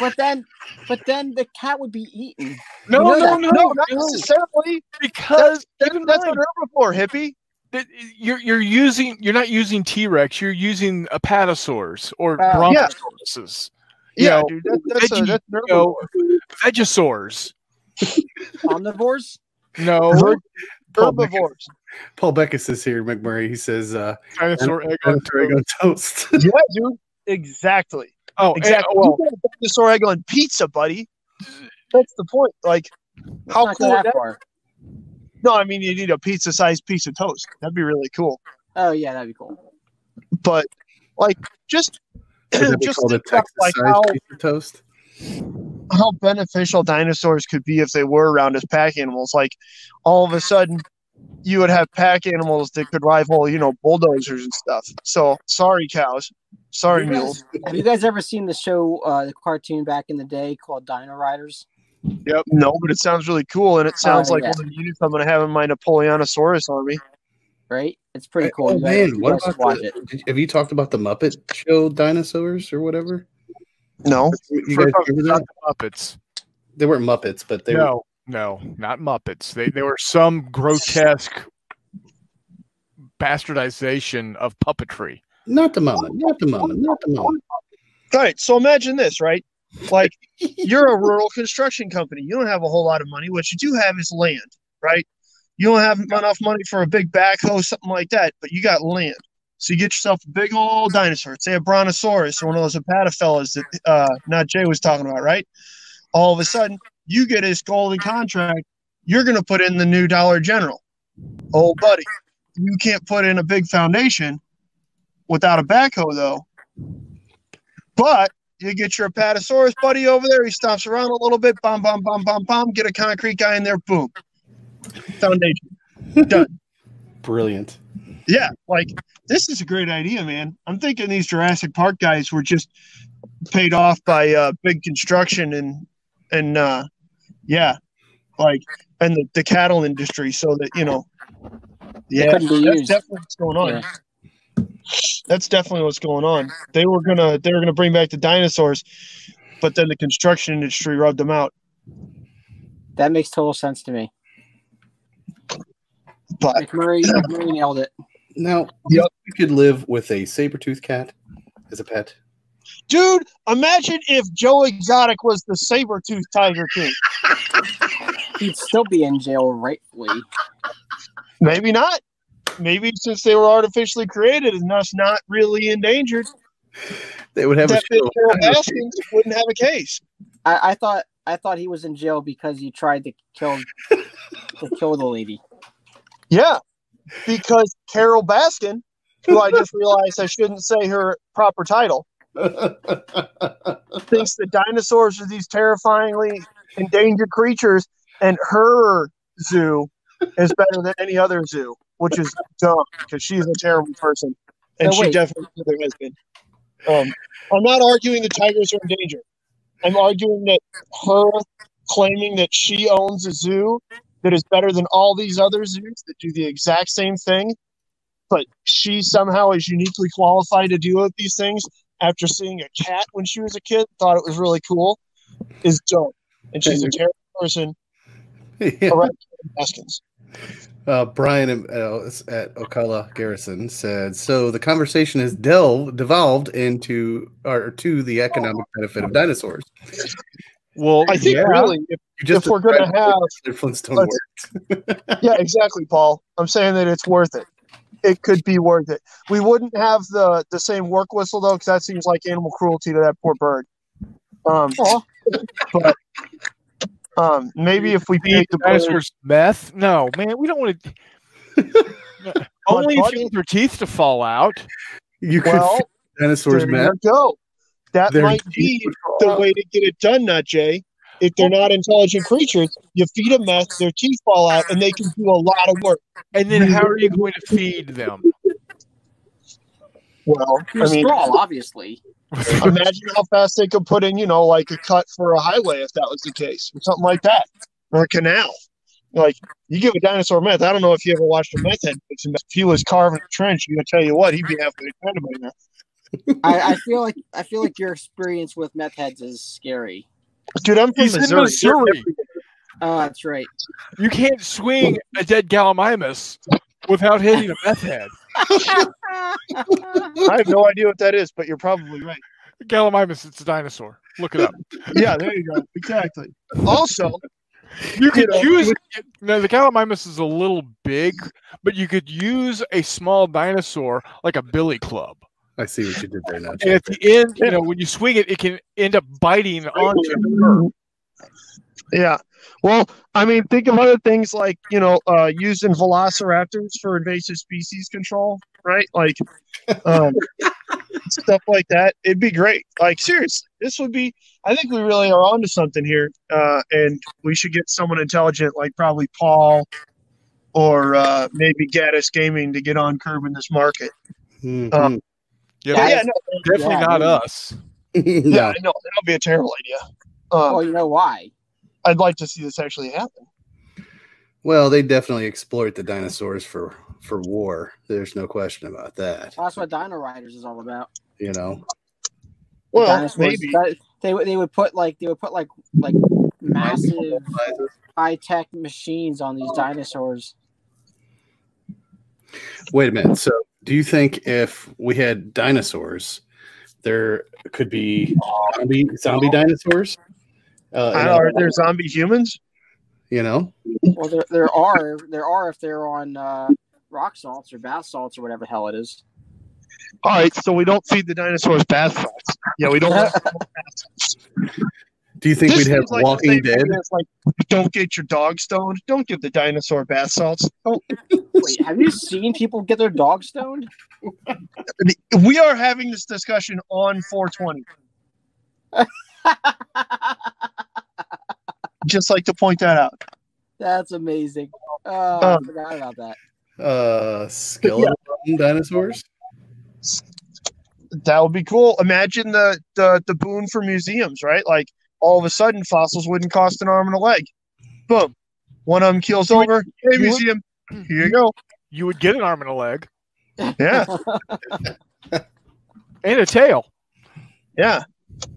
Speaker 2: but then, but then the cat would be eaten.
Speaker 3: No,
Speaker 2: know
Speaker 3: no,
Speaker 2: that.
Speaker 3: no,
Speaker 4: No, not
Speaker 3: no,
Speaker 4: necessarily.
Speaker 3: because
Speaker 4: That's,
Speaker 3: even
Speaker 4: that's
Speaker 3: then,
Speaker 4: an herbivore, hippie.
Speaker 3: that- you're you're using you're not using T Rex, you're using apatosaurs or
Speaker 2: Uh,
Speaker 4: yeah.
Speaker 3: brontosauruses, You
Speaker 4: Yeah,
Speaker 3: know,
Speaker 4: dude. That, that's, a,
Speaker 3: veggie,
Speaker 4: that's an
Speaker 3: you
Speaker 4: herbivore.
Speaker 3: know, vegisaurs.
Speaker 2: Omnivores.
Speaker 3: No,
Speaker 4: Her-
Speaker 1: Paul
Speaker 4: herbivores.
Speaker 1: Paul Beckus is here, McMurray. He says uh
Speaker 3: dinosaur egg on
Speaker 1: dinosaur egg on toast.
Speaker 4: yeah, dude. Exactly.
Speaker 3: Oh,
Speaker 4: Exactly.
Speaker 3: exactly. well,
Speaker 4: you got a dinosaur egg on pizza, buddy. That's the point. Like,
Speaker 2: Let's
Speaker 4: how
Speaker 2: not go
Speaker 4: cool would
Speaker 2: that
Speaker 4: that?
Speaker 2: far.
Speaker 4: No, I mean, you need a pizza-sized piece of toast. That'd be really cool.
Speaker 2: Oh yeah, that'd be cool.
Speaker 4: But like, just
Speaker 1: Would that be
Speaker 4: just
Speaker 1: called a
Speaker 4: think about,
Speaker 1: Texas
Speaker 4: like
Speaker 1: sized
Speaker 4: how,
Speaker 1: piece of toast?
Speaker 4: how beneficial dinosaurs could be if they were around as pack animals. Like, all of a sudden, you would have pack animals that could rival, you know, bulldozers and stuff. So, sorry cows, sorry
Speaker 2: You guys-
Speaker 4: mules.
Speaker 2: Have you guys ever seen the show, uh, the cartoon back in the day called Dino Riders?
Speaker 4: No, but it sounds really cool, and it sounds like
Speaker 2: yeah.
Speaker 4: one of the units I'm going to have in my Napoleonosaurus army.
Speaker 2: Right? It's pretty cool.
Speaker 1: Oh,
Speaker 2: You guys-
Speaker 1: man,
Speaker 2: you
Speaker 1: what
Speaker 2: guys should
Speaker 1: about
Speaker 2: watch
Speaker 1: the,
Speaker 2: it?
Speaker 1: have you talked about the Muppet Show dinosaurs or whatever?
Speaker 4: No.
Speaker 1: You guys
Speaker 3: first off,
Speaker 1: remember
Speaker 3: not
Speaker 1: that?
Speaker 3: the Muppets.
Speaker 1: They weren't Muppets, but they were
Speaker 3: no, no, not Muppets. They they were some grotesque bastardization of puppetry.
Speaker 1: not the moment, not the moment, not the moment.
Speaker 4: All right. So imagine this, right? Like you're a rural construction company. You don't have a whole lot of money. What you do have is land, right? You don't have enough money for a big backhoe, something like that, but you got land. So you get yourself a big old dinosaur, say a brontosaurus or one of those hepatofellas that uh, not Jay was talking about, right? All of a sudden, you get his golden contract. You're going to put in the new Dollar General. Oh, buddy, you can't put in a big foundation without a backhoe, though. But you get your apatosaurus buddy over there. He stomps around a little bit. Bomb, bomb, bomb, bomb, bomb. Get a concrete guy in there. Boom. Foundation. Done.
Speaker 1: Brilliant.
Speaker 4: Yeah. Like, this is a great idea, man. I'm thinking these Jurassic Park guys were just paid off by uh, big construction and, and, uh, yeah, like, and the, the cattle industry so that, you know, yeah,
Speaker 2: couldn't
Speaker 4: that's
Speaker 2: be used.
Speaker 4: definitely what's going on.
Speaker 2: Yeah.
Speaker 4: That's definitely what's going on. They were gonna they were gonna bring back the dinosaurs, but then the construction industry rubbed them out.
Speaker 2: That makes total sense to me.
Speaker 4: But
Speaker 2: McMurray, McMurray nailed it.
Speaker 1: Now,
Speaker 4: Yep.
Speaker 1: you could live with a saber-toothed cat as a pet.
Speaker 4: dude, imagine if Joe Exotic was the saber tooth tiger king.
Speaker 2: He'd still be in jail rightfully.
Speaker 4: Maybe not. Maybe since they were artificially created and thus not really endangered,
Speaker 1: They would have
Speaker 4: that
Speaker 1: a
Speaker 4: big
Speaker 1: show.
Speaker 4: Carol Baskins wouldn't have a case.
Speaker 2: I, I thought I thought he was in jail because he tried to kill to kill the lady.
Speaker 4: Yeah, because Carol Baskin, who I just realized I shouldn't say her proper title. thinks that dinosaurs are these terrifyingly endangered creatures, and her zoo is better than any other zoo, which is dumb because she's a terrible person, and
Speaker 2: No,
Speaker 4: she
Speaker 2: wait.
Speaker 4: definitely killed her husband. Um, I'm not arguing the tigers are endangered. I'm arguing that her claiming that she owns a zoo that is better than all these other zoos that do the exact same thing, but she somehow is uniquely qualified to deal with these things after seeing a cat when she was a kid, thought it was really cool, is dumb. And she's a terrible person,
Speaker 1: Yeah.
Speaker 4: around Haskins.
Speaker 1: Uh, Brian um, uh, at Ocala Garrison said, "So the conversation has delved devolved into or to the economic benefit of dinosaurs.
Speaker 3: Well,
Speaker 4: I think
Speaker 3: yeah.
Speaker 4: really, if,
Speaker 1: You just
Speaker 4: If we're gonna
Speaker 1: described
Speaker 4: have-
Speaker 1: their Flintstone
Speaker 4: let's-
Speaker 1: words.
Speaker 4: yeah, exactly, Paul. I'm saying that it's worth it. It could be worth it. We wouldn't have the the same work whistle though, because that seems like animal cruelty to that poor bird. Um,
Speaker 2: Aw.
Speaker 4: but um, maybe if we
Speaker 3: feed
Speaker 4: paid
Speaker 3: the
Speaker 4: the bird,
Speaker 3: dinosaurs meth. No, man, we don't want to. Only if you want their teeth to fall out.
Speaker 1: You could
Speaker 4: well,
Speaker 1: feed dinosaurs,
Speaker 4: there
Speaker 1: man.
Speaker 4: you go. That
Speaker 1: Their
Speaker 4: might
Speaker 1: teeth
Speaker 4: be
Speaker 1: would fall
Speaker 4: the
Speaker 1: out.
Speaker 4: way to get it done, not Jay. If they're not intelligent creatures, you feed them meth, their teeth fall out, and they can do a lot of work.
Speaker 3: And then how are you going to feed them?
Speaker 4: Well,
Speaker 2: He was small, obviously.
Speaker 4: imagine how fast they could put in, you know, like a cut for a highway if that was the case, or something like that, or a canal. Like you give a dinosaur meth. I don't know if you ever watched a meth head. fix him, but If he was carving a trench, you know, tell you what, he'd be halfway done by now.
Speaker 2: I, I feel like I feel like your experience with meth heads is scary.
Speaker 4: Dude, I'm from
Speaker 3: He's in
Speaker 4: Missouri.
Speaker 3: Missouri.
Speaker 2: Oh, that's right.
Speaker 3: You can't swing a dead gallimimus without hitting a meth head.
Speaker 4: I have no idea what that is, but you're probably right.
Speaker 3: Gallimimus, it's a dinosaur. Look it up.
Speaker 4: Yeah, there you go. Exactly. Also,
Speaker 3: You could
Speaker 4: know,
Speaker 3: use now the gallimimus is a little big, but you could use a small dinosaur like a billy club.
Speaker 1: I see what you did there now.
Speaker 3: And
Speaker 1: Jay.
Speaker 3: at the end, you know, when you swing it, it can end up biting onto the curb.
Speaker 4: Yeah. Well, I mean, think of other things like, you know, uh, using velociraptors for invasive species control, right? Like um, stuff like that. It'd be great. Like, seriously, this would be, I think we really are onto something here. Uh, and we should get someone intelligent, like probably Paul or uh, maybe Gaddis Gaming to get on curbing this market.
Speaker 1: Mhm.
Speaker 4: Um,
Speaker 3: Yeah,
Speaker 4: But
Speaker 2: Yeah,
Speaker 4: yeah, no,
Speaker 3: definitely
Speaker 2: yeah,
Speaker 3: not
Speaker 2: yeah.
Speaker 3: us.
Speaker 4: yeah,
Speaker 1: no,
Speaker 4: I know. That would be a terrible idea. Um,
Speaker 2: Well, you know why?
Speaker 4: I'd like to see this actually happen.
Speaker 1: well, they definitely exploit the dinosaurs for for war. There's no question about that.
Speaker 2: That's what Dino Riders is all about.
Speaker 1: You know,
Speaker 4: Well,
Speaker 2: Dinosaurs,
Speaker 4: maybe.
Speaker 2: that- they would they would put like they would put like like massive high tech machines on these dinosaurs.
Speaker 1: Wait a minute. So, do you think if we had dinosaurs, there could be zombie, zombie dinosaurs? Uh, you, know,
Speaker 4: Are there zombie humans?
Speaker 1: you know?
Speaker 2: Well, there, there are there are if they're on uh, rock salts or bath salts or whatever the hell it is.
Speaker 4: All right, so we don't feed the dinosaurs bad facts. Yeah, we don't. let them know bad facts.
Speaker 1: Do you think
Speaker 4: This
Speaker 1: we'd have
Speaker 4: is like the
Speaker 1: Walking
Speaker 4: same
Speaker 1: Dead?
Speaker 4: thing as, like, don't get your dog stoned. Don't give the dinosaur bath salts. Oh, Don't.
Speaker 2: Wait, have you seen people get their dog stoned?
Speaker 4: We are having this discussion on 420. Just like to point that out.
Speaker 2: That's amazing. Oh,
Speaker 3: Um,
Speaker 2: I forgot about that.
Speaker 1: Uh, skeleton dinosaurs.
Speaker 4: That would be cool. Imagine the the the boon for museums, right? Like all of a sudden, fossils wouldn't cost an arm and a leg. Boom, one of them keels over. Hey,
Speaker 3: you would-
Speaker 4: museum, here you go.
Speaker 3: You would get an arm and a leg
Speaker 4: Yeah,
Speaker 3: and a tail.
Speaker 4: yeah.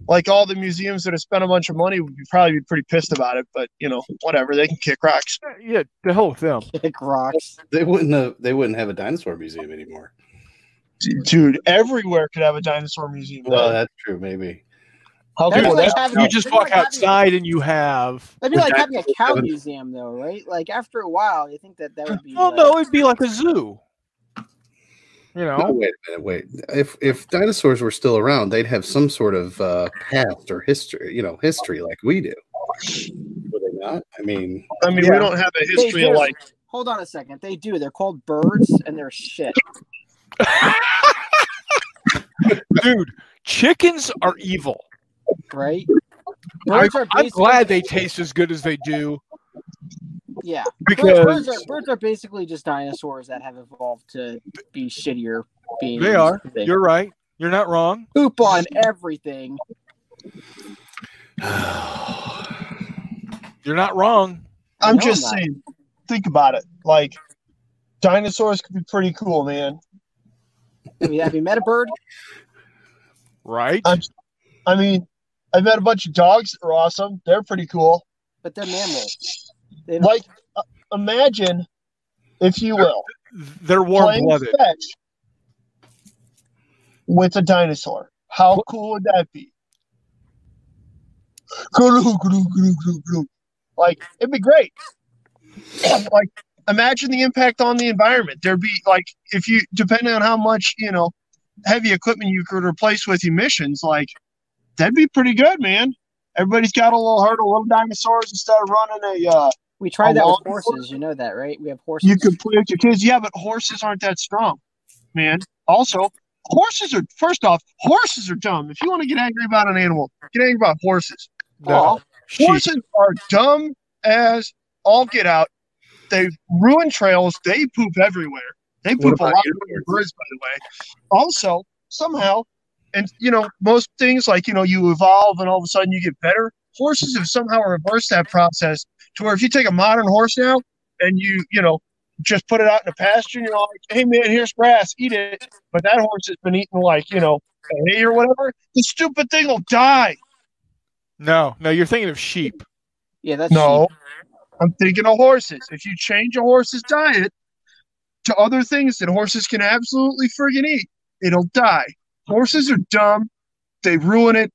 Speaker 4: Like all the museums that have spent a bunch of money would be, probably be pretty pissed about it, but you know, whatever. They can kick rocks.
Speaker 3: Yeah, the hell with them.
Speaker 2: Kick rocks.
Speaker 1: They wouldn't have. They wouldn't have a dinosaur museum anymore.
Speaker 4: Dude, everywhere could have a dinosaur museum.
Speaker 1: Well, that's true. Maybe.
Speaker 4: How
Speaker 2: That's
Speaker 4: cool
Speaker 2: like
Speaker 4: would that
Speaker 2: having-
Speaker 3: You just
Speaker 2: that's like
Speaker 3: walk
Speaker 2: having-
Speaker 3: outside and you have.
Speaker 2: That'd be like having a cow
Speaker 1: haven't-
Speaker 2: museum, though, right? Like after a while, you think that that would be.
Speaker 3: Well,
Speaker 2: like-
Speaker 3: Oh, no, it'd be like a zoo. You
Speaker 1: No,
Speaker 3: know,
Speaker 1: wait a minute. Wait. If if dinosaurs were still around, they'd have some sort of uh, past or history. You know, history like we do. Would they not? I mean,
Speaker 4: I mean,
Speaker 3: Yeah.
Speaker 4: we don't have a
Speaker 2: They
Speaker 4: history of
Speaker 2: do.
Speaker 4: like
Speaker 2: Hold on a second. They do. They're called birds, and they're shit.
Speaker 3: dude, chickens are evil.
Speaker 2: Right?
Speaker 3: I,
Speaker 2: Birds are
Speaker 3: I'm
Speaker 2: basically,
Speaker 3: glad they taste as good as they do
Speaker 2: Yeah. Birds,
Speaker 3: because
Speaker 2: birds, are, birds are basically just dinosaurs that have evolved to be shittier beings.
Speaker 3: They are.
Speaker 2: They
Speaker 3: you're right. You're not wrong.
Speaker 2: poop on everything.
Speaker 3: You're not wrong.
Speaker 4: I'm
Speaker 2: No,
Speaker 4: just
Speaker 2: not.
Speaker 4: saying, think about it. Like dinosaurs could be pretty cool, man.
Speaker 2: Have you, have you met a bird?
Speaker 3: Right?
Speaker 4: I'm- I mean, I've met a bunch of dogs that are awesome. They're pretty cool.
Speaker 2: But they're mammals. They don't-
Speaker 4: Like, uh, imagine, if you will,
Speaker 3: They're warm
Speaker 4: playing
Speaker 3: blooded.
Speaker 4: fetch with a dinosaur. How cool would that be? Gru, gru, gru, gru, gru. Like, it'd be great. Like, imagine the impact on the environment. There'd be, like, if you, depending on how much, you know, heavy equipment you could replace with emissions, like, that'd be pretty good, man. Everybody's got a little herd of little dinosaurs instead of running a, uh,
Speaker 2: we tried that
Speaker 4: Along-
Speaker 2: with horses. You know that, right? We have horses.
Speaker 4: you could play with your kids. Yeah, but horses aren't that strong, man. Also, horses are first off, horses are dumb. If you want to get angry about an animal, get angry about horses.
Speaker 3: No,
Speaker 4: Aw,
Speaker 3: sheep.
Speaker 4: Horses are dumb as all get out. They ruin trails. They poop everywhere. They
Speaker 1: What
Speaker 4: poop a
Speaker 1: about
Speaker 4: lot more than birds, by the way. Also, somehow, and you know, most things like you know, you evolve and all of a sudden you get better. Horses have somehow reversed that process to where if you take a modern horse now and you, you know, just put it out in a pasture and you're like, hey man, here's grass, eat it. But that horse has been eating like, you know, hay or whatever, the stupid thing will die.
Speaker 3: no, no, you're thinking of sheep.
Speaker 2: yeah, that's
Speaker 4: No,
Speaker 2: sheep.
Speaker 4: I'm thinking of horses. If you change a horse's diet to other things that horses can absolutely friggin' eat, it'll die. Horses are dumb. They ruin it.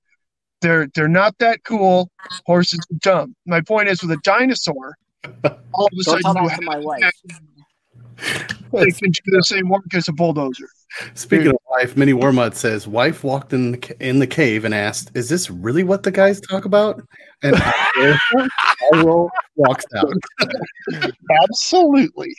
Speaker 4: They're they're not that cool. Horses are dumb. My point is, with a dinosaur, all of
Speaker 2: Don't
Speaker 4: a
Speaker 2: tell
Speaker 4: sudden
Speaker 2: that
Speaker 4: you have
Speaker 2: to my wife.
Speaker 4: they can do the same work as a bulldozer.
Speaker 1: Speaking of wife, Minnie Warmut says wife walked in the, ca- in the cave and asked, "Is this really what the guys talk about?" And I roll walks out.
Speaker 4: Absolutely.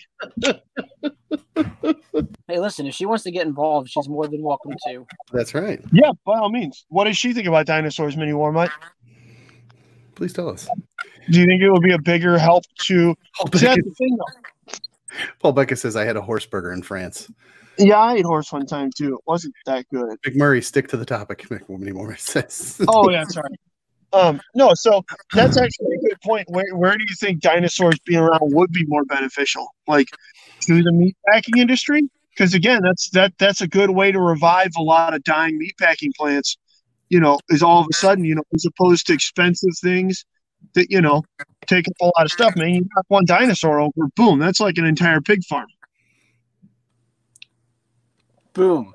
Speaker 2: Hey, listen, if she wants to get involved, she's more than welcome to.
Speaker 1: That's right.
Speaker 4: Yeah, by all means. What does she think about dinosaurs, Mini Warmite?
Speaker 1: Please tell us.
Speaker 4: Do you think it would be a bigger help to?
Speaker 2: Oh,
Speaker 1: Paul
Speaker 4: See, that's
Speaker 1: Becker,
Speaker 4: the thing, though.
Speaker 1: Paul Becker says I had a horse burger in France.
Speaker 4: Yeah, I ate horse one time too. It wasn't that good.
Speaker 1: McMurray, stick to the topic. Minnie Warmut says.
Speaker 4: Oh yeah, sorry. Um, no, so that's actually a good point. Where where do you think dinosaurs being around would be more beneficial? Like to the meat packing industry? Because again, that's that that's a good way to revive a lot of dying meat packing plants. You know, is all of a sudden you know as opposed to expensive things that you know take up a lot of stuff. Man, you knock one dinosaur over, boom, that's like an entire pig farm.
Speaker 2: Boom.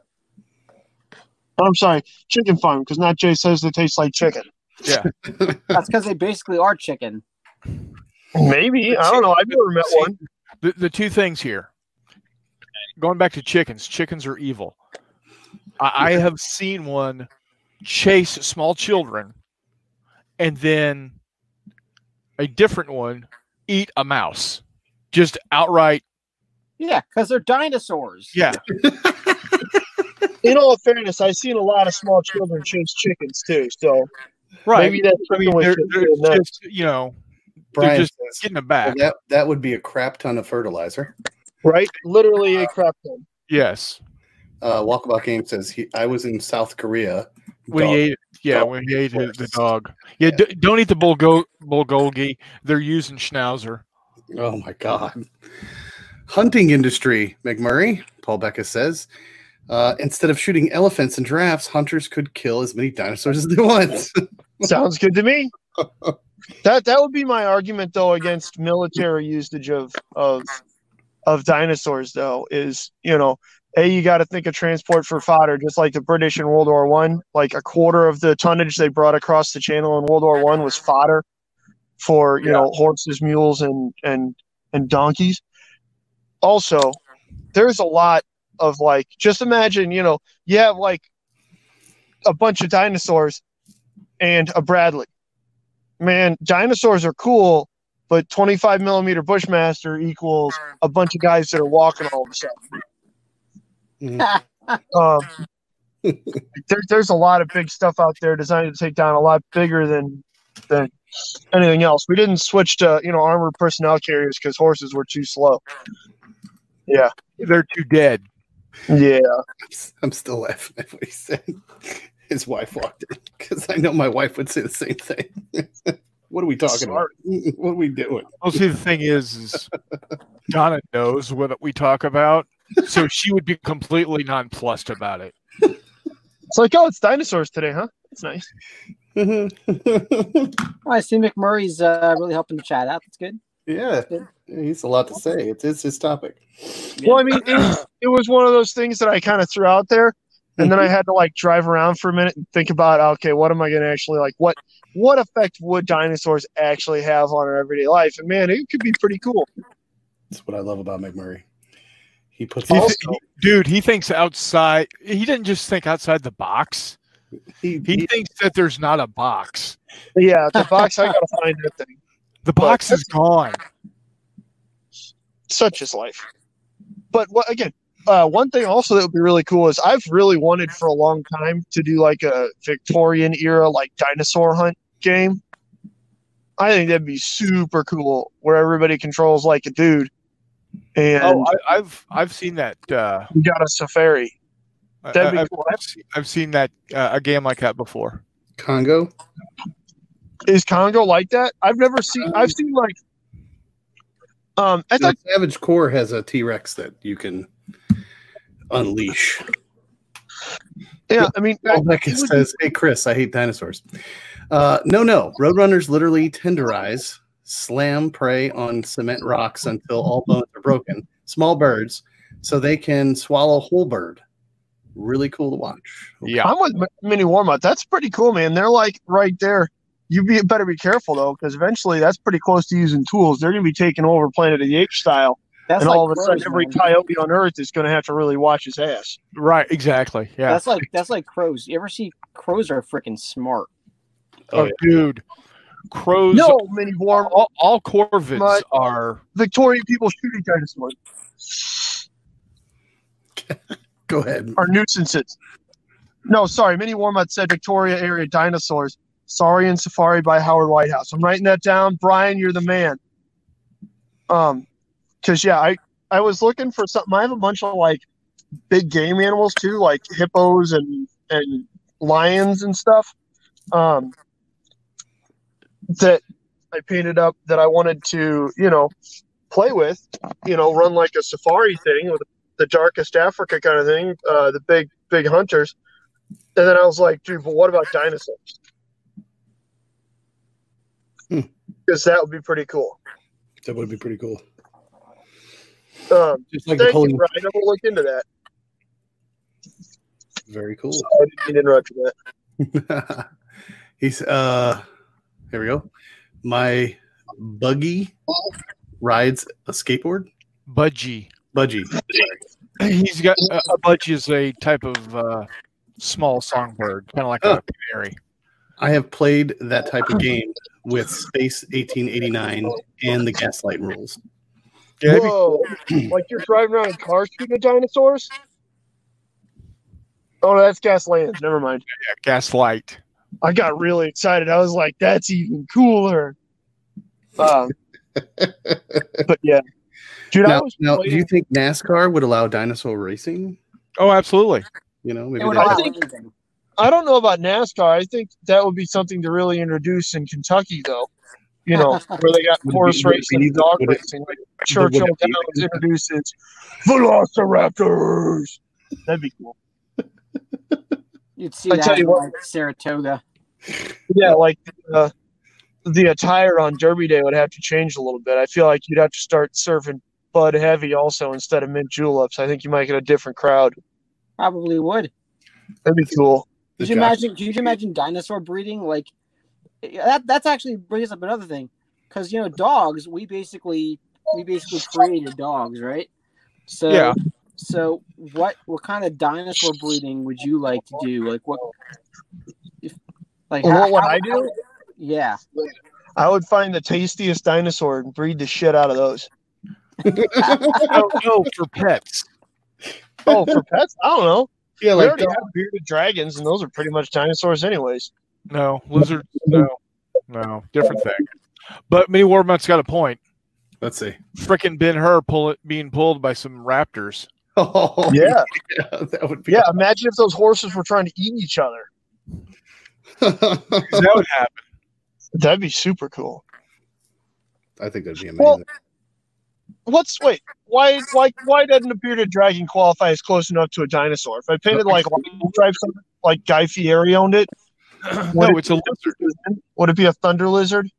Speaker 4: I'm sorry, chicken farm, because not Jay says they taste like chicken.
Speaker 2: That's because they basically are chicken.
Speaker 4: Maybe I don't know. I've never met one.
Speaker 3: The, the two things here. Going back to chickens, chickens are evil. I, I have seen one chase small children and then a different one eat a mouse. Just outright.
Speaker 2: Yeah, because they're dinosaurs.
Speaker 3: Yeah.
Speaker 4: In all fairness, I've seen a lot of small children chase chickens too. So
Speaker 3: Right.
Speaker 4: maybe that's
Speaker 3: I
Speaker 4: something
Speaker 3: mean,
Speaker 4: we
Speaker 3: they're,
Speaker 4: should
Speaker 3: they're
Speaker 4: do next.
Speaker 3: just, you know, they're
Speaker 1: Brian
Speaker 3: just
Speaker 1: says,
Speaker 3: getting it
Speaker 1: "Well,
Speaker 3: back.
Speaker 1: that that would be a crap ton of fertilizer.
Speaker 4: right? Literally
Speaker 3: Uh,
Speaker 4: a crap ton.
Speaker 3: Yes.
Speaker 1: Uh, Walkabout Game says he, I was in South Korea.
Speaker 3: When
Speaker 1: Dog.
Speaker 3: he ate, yeah,
Speaker 1: Dog.
Speaker 3: when he ate his, the
Speaker 1: Yes.
Speaker 3: dog. Yeah, D- don't eat the bulgo- bulgogi. They're using schnauzer.
Speaker 1: Oh my God. Hunting industry, McMurray, Paul Becca says. Uh, instead of shooting elephants and giraffes, hunters could kill as many dinosaurs as they want.
Speaker 4: Sounds good to me. That that would be my argument though against military usage of of of dinosaurs though is you know a you got to think of transport for fodder just like the British in World War One like a quarter of the tonnage they brought across the Channel in World War One was fodder for you know horses mules and and and donkeys. Also, there's a lot of like just imagine you know you have like a bunch of dinosaurs and a Bradley. Man, dinosaurs are cool, but 25 millimeter Bushmaster equals a bunch of guys that are walking all of a sudden. Um, there, there's a lot of big stuff out there designed to take down a lot bigger than than anything else. We didn't switch to you know armored personnel carriers because horses were too slow. Yeah,
Speaker 3: They're too dead.
Speaker 4: yeah.
Speaker 1: I'm still laughing at what he said. His wife walked in because I know my wife would say the same thing. what are we talking about? What are we doing?
Speaker 3: Well, see, the thing is, is Donna knows what we talk about, so she would be completely nonplussed about it.
Speaker 4: It's like oh, it's dinosaurs today, huh? It's nice.
Speaker 2: Well, I see McMurray's uh, really helping the chat out. That's good.
Speaker 1: yeah, he's a lot to say. It's, it's his topic.
Speaker 4: Well, I mean, it was, it was one of those things that I kind of threw out there, and then I had to like drive around for a minute and think about, okay, what am I going to actually like? What what effect would dinosaurs actually have on our everyday life? And man, it could be pretty cool.
Speaker 1: That's what I love about McMurray. He puts
Speaker 3: He th-
Speaker 1: also,
Speaker 3: he- dude, he thinks outside. He didn't just think outside the box.
Speaker 1: he,
Speaker 3: He thinks that there's not a box.
Speaker 4: Yeah, the box I got to find that thing.
Speaker 3: The box is gone.
Speaker 4: Such is life. But what again? Uh, one thing also that would be really cool is I've really wanted for a long time to do like a Victorian era like dinosaur hunt game. I think that'd be super cool where everybody controls like a dude. And
Speaker 3: Oh, I, I've I've seen that. Uh,
Speaker 4: we got a safari.
Speaker 3: I-
Speaker 4: That'd be
Speaker 3: I've,
Speaker 4: cool.
Speaker 3: I've seen, I've seen that uh, a game like that before.
Speaker 1: Congo.
Speaker 4: Is Congo like that? I've never seen. I've seen like. Um, I
Speaker 1: The
Speaker 4: thought
Speaker 1: Savage Core has a T Rex that you can unleash.
Speaker 4: yeah. I mean, I,
Speaker 1: Paul Beck says, "Hey Chris, I hate dinosaurs." Uh, no, no, roadrunners literally tenderize, slam prey on cement rocks until all bones are broken. Small birds, so they can swallow whole bird. Really cool to watch.
Speaker 3: Yeah,
Speaker 4: I'm with Mini Warmouth. That's pretty cool, man. They're like right there. You be better be careful though, because eventually that's pretty close to using tools. They're gonna be taking over Planet of the Apes style,
Speaker 2: That's
Speaker 4: and
Speaker 2: like
Speaker 4: all of a sudden,
Speaker 2: crows,
Speaker 4: every
Speaker 2: man.
Speaker 4: coyote on Earth is gonna have to really watch his ass.
Speaker 3: right. Exactly. Yeah.
Speaker 2: That's like that's like crows. You ever see crows are freaking smart?
Speaker 1: Oh,
Speaker 3: oh,
Speaker 1: yeah.
Speaker 3: dude, crows.
Speaker 4: No, Mini Warmouth.
Speaker 3: all, all corvids
Speaker 4: My-
Speaker 3: are.
Speaker 4: Victorian people shooting dinosaurs
Speaker 1: Go ahead.
Speaker 4: are nuisances. No, sorry, Mini Warmouth said Victoria area dinosaurs. Saurian Safari by Howard Whitehouse. I'm writing that down. Brian, you're the man. Um, because yeah, I I was looking for something. I have a bunch of like big game animals too, like hippos and and lions and stuff. Um, that I painted up that I wanted to you know play with, you know, run like a safari thing with the darkest Africa kind of thing, uh, the big big hunters. And then I was like, dude, but what about dinosaurs?
Speaker 1: Hmm.
Speaker 4: Because that would be pretty cool.
Speaker 1: That would be pretty cool.
Speaker 4: Um,
Speaker 1: Just like
Speaker 4: thank
Speaker 1: Napoleon.
Speaker 4: you, Brian. I'm gonna look into that.
Speaker 1: Very cool.
Speaker 4: I didn't mean to interrupt you. Matt.
Speaker 1: He's uh here we go. My buggy rides a skateboard.
Speaker 3: Budgie.
Speaker 1: Budgie.
Speaker 3: He's got a, a budgie is a type of uh, small songbird, kind of like
Speaker 1: Huh.
Speaker 3: a canary.
Speaker 1: I have played that type of game with Space 1889 and the Gaslight Rules.
Speaker 3: Yeah, it'd
Speaker 4: Whoa! like you're driving around in cars shooting at dinosaurs? Oh, that's Gaslands. Never mind.
Speaker 3: be a gaslight.
Speaker 4: I got really excited. I was like, that's even cooler. Um, but yeah. Dude, I
Speaker 1: Now,
Speaker 4: was
Speaker 1: now, do
Speaker 4: playing-
Speaker 1: you think NASCAR would allow dinosaur racing?
Speaker 3: Oh, absolutely.
Speaker 1: You know,
Speaker 2: It
Speaker 1: maybe
Speaker 2: would
Speaker 1: they-
Speaker 2: allow
Speaker 4: I think-
Speaker 2: anything.
Speaker 4: I don't know about NASCAR. I think that would be something to really introduce in Kentucky, though. You know, where they got
Speaker 1: Would it
Speaker 4: horse
Speaker 1: be- would it
Speaker 4: racing
Speaker 1: be-
Speaker 4: and dog
Speaker 1: would it-
Speaker 4: racing. Like
Speaker 1: it
Speaker 4: Churchill
Speaker 1: be-
Speaker 4: Downs introduces Velociraptors. That'd be cool.
Speaker 2: You'd see
Speaker 4: I
Speaker 2: that
Speaker 4: tell you
Speaker 2: in,
Speaker 4: what.
Speaker 2: like Saratoga.
Speaker 4: Yeah, like uh, the attire on Derby Day would have to change a little bit. I feel like you'd have to start serving Bud Heavy also instead of mint juleps. I think you might get a different crowd.
Speaker 2: Probably would.
Speaker 4: That'd be cool.
Speaker 1: the
Speaker 2: Could you
Speaker 1: jock-
Speaker 2: imagine? Could you imagine dinosaur breeding? Like eh, that. That's actually brings up another thing, because you know dogs. We basically we basically created dogs, right? So
Speaker 3: Yeah.
Speaker 2: So what what kind of dinosaur breeding would you like to do? Like what? If, like
Speaker 4: Well,
Speaker 2: how-
Speaker 4: what would
Speaker 2: how-
Speaker 4: I do?
Speaker 2: Yeah.
Speaker 4: I would find the tastiest dinosaur and breed the shit out of those.
Speaker 3: Oh no, for pets.
Speaker 4: Oh, for pets? I don't know.
Speaker 1: yeah,
Speaker 4: We
Speaker 1: like
Speaker 4: already have bearded dragons, and those are pretty much dinosaurs, anyways.
Speaker 3: No, lizards. No, no, different thing. But Minnie Warbucks got a point.
Speaker 1: let's see.
Speaker 3: Frickin' Ben Hur pull being pulled by some raptors.
Speaker 1: Oh,
Speaker 4: Yeah,
Speaker 1: yeah, that would be.
Speaker 4: yeah. Imagine if those horses were trying to eat each other.
Speaker 3: That would happen.
Speaker 4: That'd be super cool.
Speaker 1: I think that'd be amazing.
Speaker 4: Well- What's wait? Why why why doesn't a bearded dragon qualify as close enough to a dinosaur? If I painted like lightning stripes, on it, like Guy Fieri owned it, Would
Speaker 3: no,
Speaker 4: it
Speaker 3: it's a lizard.
Speaker 4: would it be a thunder lizard?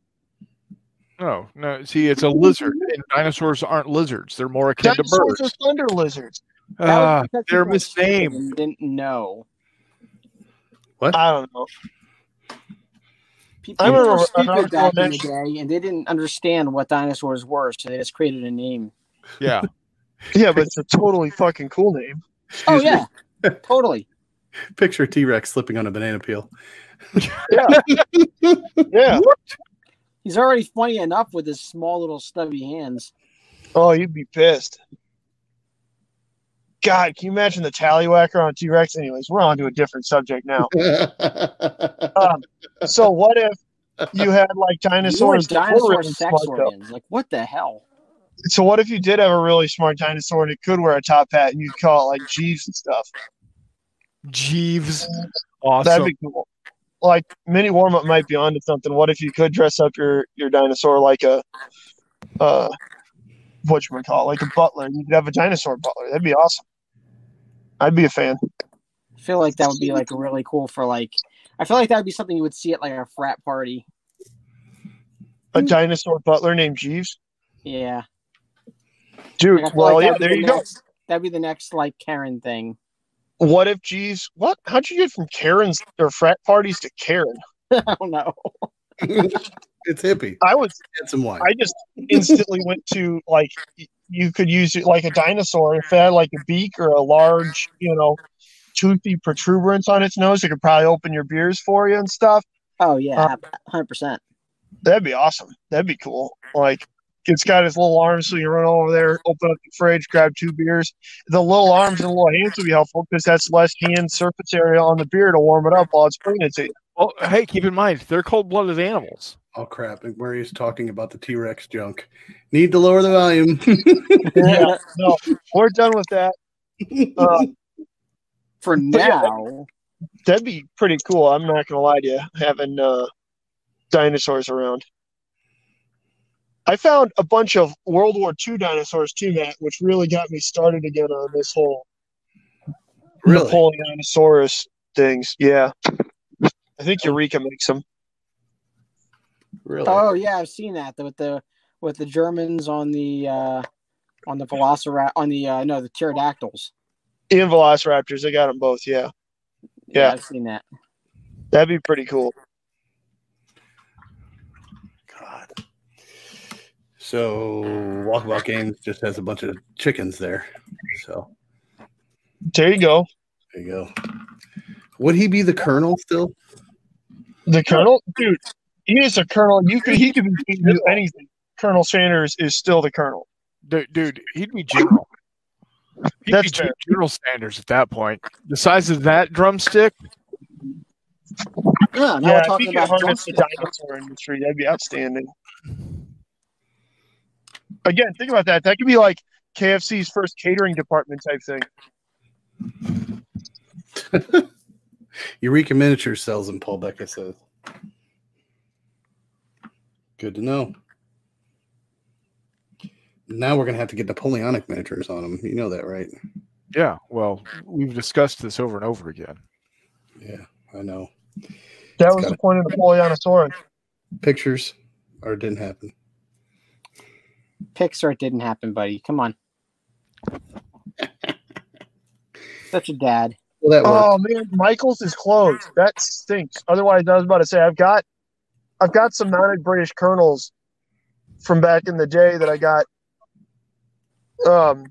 Speaker 3: No, no. See, it's a lizard, and dinosaurs aren't lizards. They're more akin to
Speaker 4: Dinosaurs are
Speaker 3: birds.
Speaker 4: thunder lizards.
Speaker 3: Ah,
Speaker 2: That was because
Speaker 3: they're
Speaker 2: people were stupid
Speaker 3: misnamed.
Speaker 2: and Didn't know.
Speaker 4: I don't know.
Speaker 2: People
Speaker 4: I remember
Speaker 2: were
Speaker 4: when I was
Speaker 2: stupid back in the
Speaker 4: elementary-
Speaker 2: day, and they didn't understand what dinosaurs were, so they just created a name.
Speaker 3: Yeah.
Speaker 4: Yeah, but it's a totally fucking cool name.
Speaker 2: Oh
Speaker 1: Excuse me.
Speaker 2: yeah, totally.
Speaker 1: Picture T Rex slipping on a banana peel.
Speaker 4: Yeah.
Speaker 2: He's already funny enough with his small little stubby hands.
Speaker 4: Oh, you'd be pissed. God, can you imagine the tallywhacker on T Rex? Anyways, we're on to a different subject now. Um, so what if you had like
Speaker 2: Dinosaurs,
Speaker 4: dinosaurs? that were
Speaker 2: dinosaur
Speaker 4: really
Speaker 2: sex
Speaker 4: smart, though?
Speaker 2: organs. Like what the hell?
Speaker 4: So what if you did have a really smart dinosaur and it could wear a top hat and you'd call it like Jeeves and stuff?
Speaker 3: Jeeves.
Speaker 4: That'd
Speaker 3: Awesome.
Speaker 4: be cool. Like mini warm up might be onto something. What if you could dress up your your dinosaur like a uh what you call like a butler? You could have a dinosaur butler. That'd be awesome. I'd be a fan.
Speaker 2: I feel like that would be like really cool for like. I feel like that would be something you would see at like a frat party.
Speaker 4: A dinosaur butler named Jeeves.
Speaker 2: Yeah.
Speaker 4: Dude,
Speaker 2: Like, I feel
Speaker 4: well
Speaker 2: like
Speaker 4: yeah,
Speaker 2: that'd be
Speaker 4: there
Speaker 2: the
Speaker 4: you go.
Speaker 2: next- That'd be the next like Karen thing.
Speaker 4: What if Jeeves what how'd you get from Karen's or frat parties to Karen?
Speaker 2: I don't know.
Speaker 1: it's hippie.
Speaker 4: I was
Speaker 1: Had some wine.
Speaker 4: I just instantly went to like y- you could use it like a dinosaur if it had like a beak or a large, you know, toothy protuberance on its nose. It could probably open your beers for you and stuff.
Speaker 2: Oh
Speaker 4: Uh,
Speaker 2: yeah, hundred percent.
Speaker 4: That'd be awesome. That'd be cool. Like it's got his little arms, so you run over there, open up the fridge, grab two beers. The little arms and little hands would be helpful because that's less hand surface area on the beer to warm it up while it's bringing it to you.
Speaker 3: Well, hey, keep in mind they're cold-blooded animals.
Speaker 1: oh crap! Murray is talking about the T Rex junk. Need to lower the volume.
Speaker 4: Yeah. No, we're done with that. Uh,
Speaker 2: For
Speaker 4: yeah, that-
Speaker 2: now,
Speaker 4: that'd be pretty cool. I'm not gonna lie to you, having uh, dinosaurs around. I found a bunch of World War II dinosaurs too, Matt, which really got me started again on this whole
Speaker 1: really?
Speaker 4: Napoleonosaurus things. Yeah, I think Eureka makes them.
Speaker 1: Really?
Speaker 2: oh yeah, I've seen that with the with the Germans on the uh on the Velociraptor on the uh no the pterodactyls.
Speaker 4: And Velociraptors, they got them both. Yeah, Yeah.
Speaker 2: I've seen that.
Speaker 4: that'd be pretty cool.
Speaker 1: God. So Walkabout Games just has a bunch of chickens there. So
Speaker 4: There you go.
Speaker 1: there you go. Would he be the colonel still?
Speaker 4: The colonel, dude, he is a colonel. You could he could be do anything. Colonel Sanders is still the colonel.
Speaker 3: Dude, dude he'd be general. He'd
Speaker 4: That's
Speaker 3: be
Speaker 4: fair.
Speaker 3: General Sanders at that point. The size of that drumstick,
Speaker 2: No, now we're
Speaker 4: yeah, if he
Speaker 2: talking
Speaker 4: could
Speaker 2: about
Speaker 4: harness the
Speaker 2: drumsticks.
Speaker 4: dinosaur industry, that'd be outstanding. Again, think about that. That could be like KFC's first catering department type thing.
Speaker 1: Eureka Miniature sells him, Paul Becker says. Good to know. Now we're going to have to get Napoleonic miniatures on him. You know that, right?
Speaker 3: yeah. Well, we've discussed this over and over again.
Speaker 1: Yeah, I know.
Speaker 4: That
Speaker 1: It's
Speaker 4: was the
Speaker 1: gotta-
Speaker 4: point of Napoleonosaurus.
Speaker 1: Pictures or it didn't happen.
Speaker 2: Pixar didn't happen, buddy. Come on. Such a dad.
Speaker 1: Well, that worked.
Speaker 4: Oh man, Michaels is closed. That stinks. Otherwise, I was about to say I've got, I've got some mounted British colonels from back in the day that I got, um,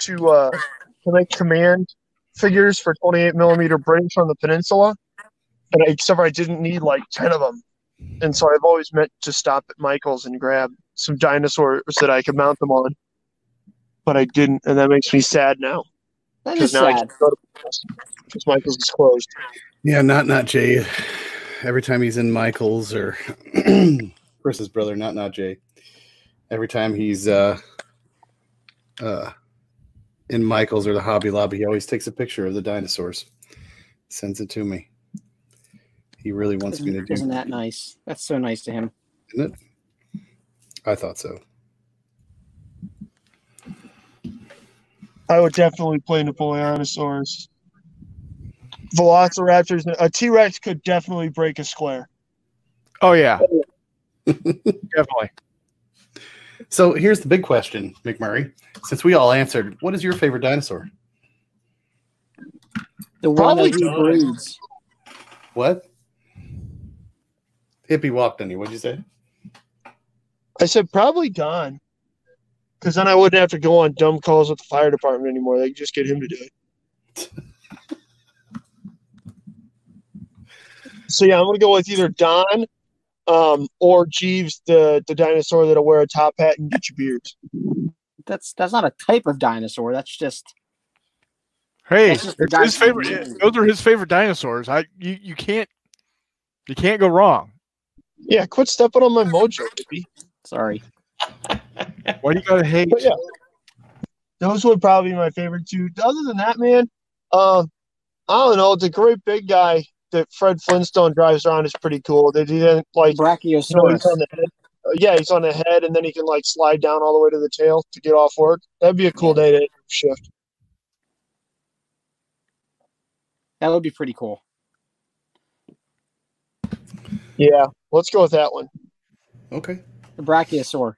Speaker 4: to uh, to make command figures for 28 millimeter British on the peninsula, and I, except for I didn't need like 10 of them, and so I've always meant to stop at Michaels and grab some dinosaurs that I could mount them on, but I didn't, and that makes me sad now.
Speaker 2: That is
Speaker 4: Because now I
Speaker 2: sad.
Speaker 4: can't go to because Michael's is closed.
Speaker 1: Yeah, not not Jay. Every time he's in Michael's or Chris's brother, not not Jay. Every time he's uh uh in Michael's or the Hobby Lobby, he always takes a picture of the dinosaurs, sends it to me. He really wants me to
Speaker 2: Isn't,
Speaker 1: do
Speaker 2: isn't
Speaker 1: that.
Speaker 2: that nice? That's so nice to him.
Speaker 1: Isn't it? I thought so.
Speaker 4: I would definitely play Napoleonosaurus. Velociraptors, a T Rex could definitely break a square.
Speaker 3: Oh yeah, definitely.
Speaker 1: So here's the big question, McMurray. Since we all answered, what is your favorite dinosaur?
Speaker 2: The one
Speaker 4: Probably
Speaker 2: that he
Speaker 4: not.
Speaker 2: breeds.
Speaker 1: What? Hippie walked on you. What'd you say?
Speaker 4: I said probably Don, because then I wouldn't have to go on dumb calls with the fire department anymore. They could just get him to do it. so yeah, I'm gonna go with either Don um, or Jeeves, the the dinosaur that'll wear a top hat and get your beards.
Speaker 2: That's that's not a type of dinosaur. That's just
Speaker 3: Hey,
Speaker 2: That's just the
Speaker 3: it's his
Speaker 2: dinosaur.
Speaker 3: favorite. Those are his favorite dinosaurs. I you, you can't you can't go wrong.
Speaker 4: Yeah, quit stepping on my mojo, baby.
Speaker 2: sorry.
Speaker 3: Why do you gotta hate?
Speaker 4: But yeah, those would probably be my favorite two. Other than that, man, um, I don't know. The great big guy that Fred Flintstone drives around is pretty cool. They didn't like, you know, he's
Speaker 2: Brachiosaurus.
Speaker 4: on the head. uh, yeah, he's on the head, and then he can like slide down all the way to the tail to get off work. That'd be a cool day to shift.
Speaker 2: That would be pretty cool.
Speaker 4: Yeah, let's go with that one.
Speaker 1: Okay.
Speaker 2: The Brachiosaur.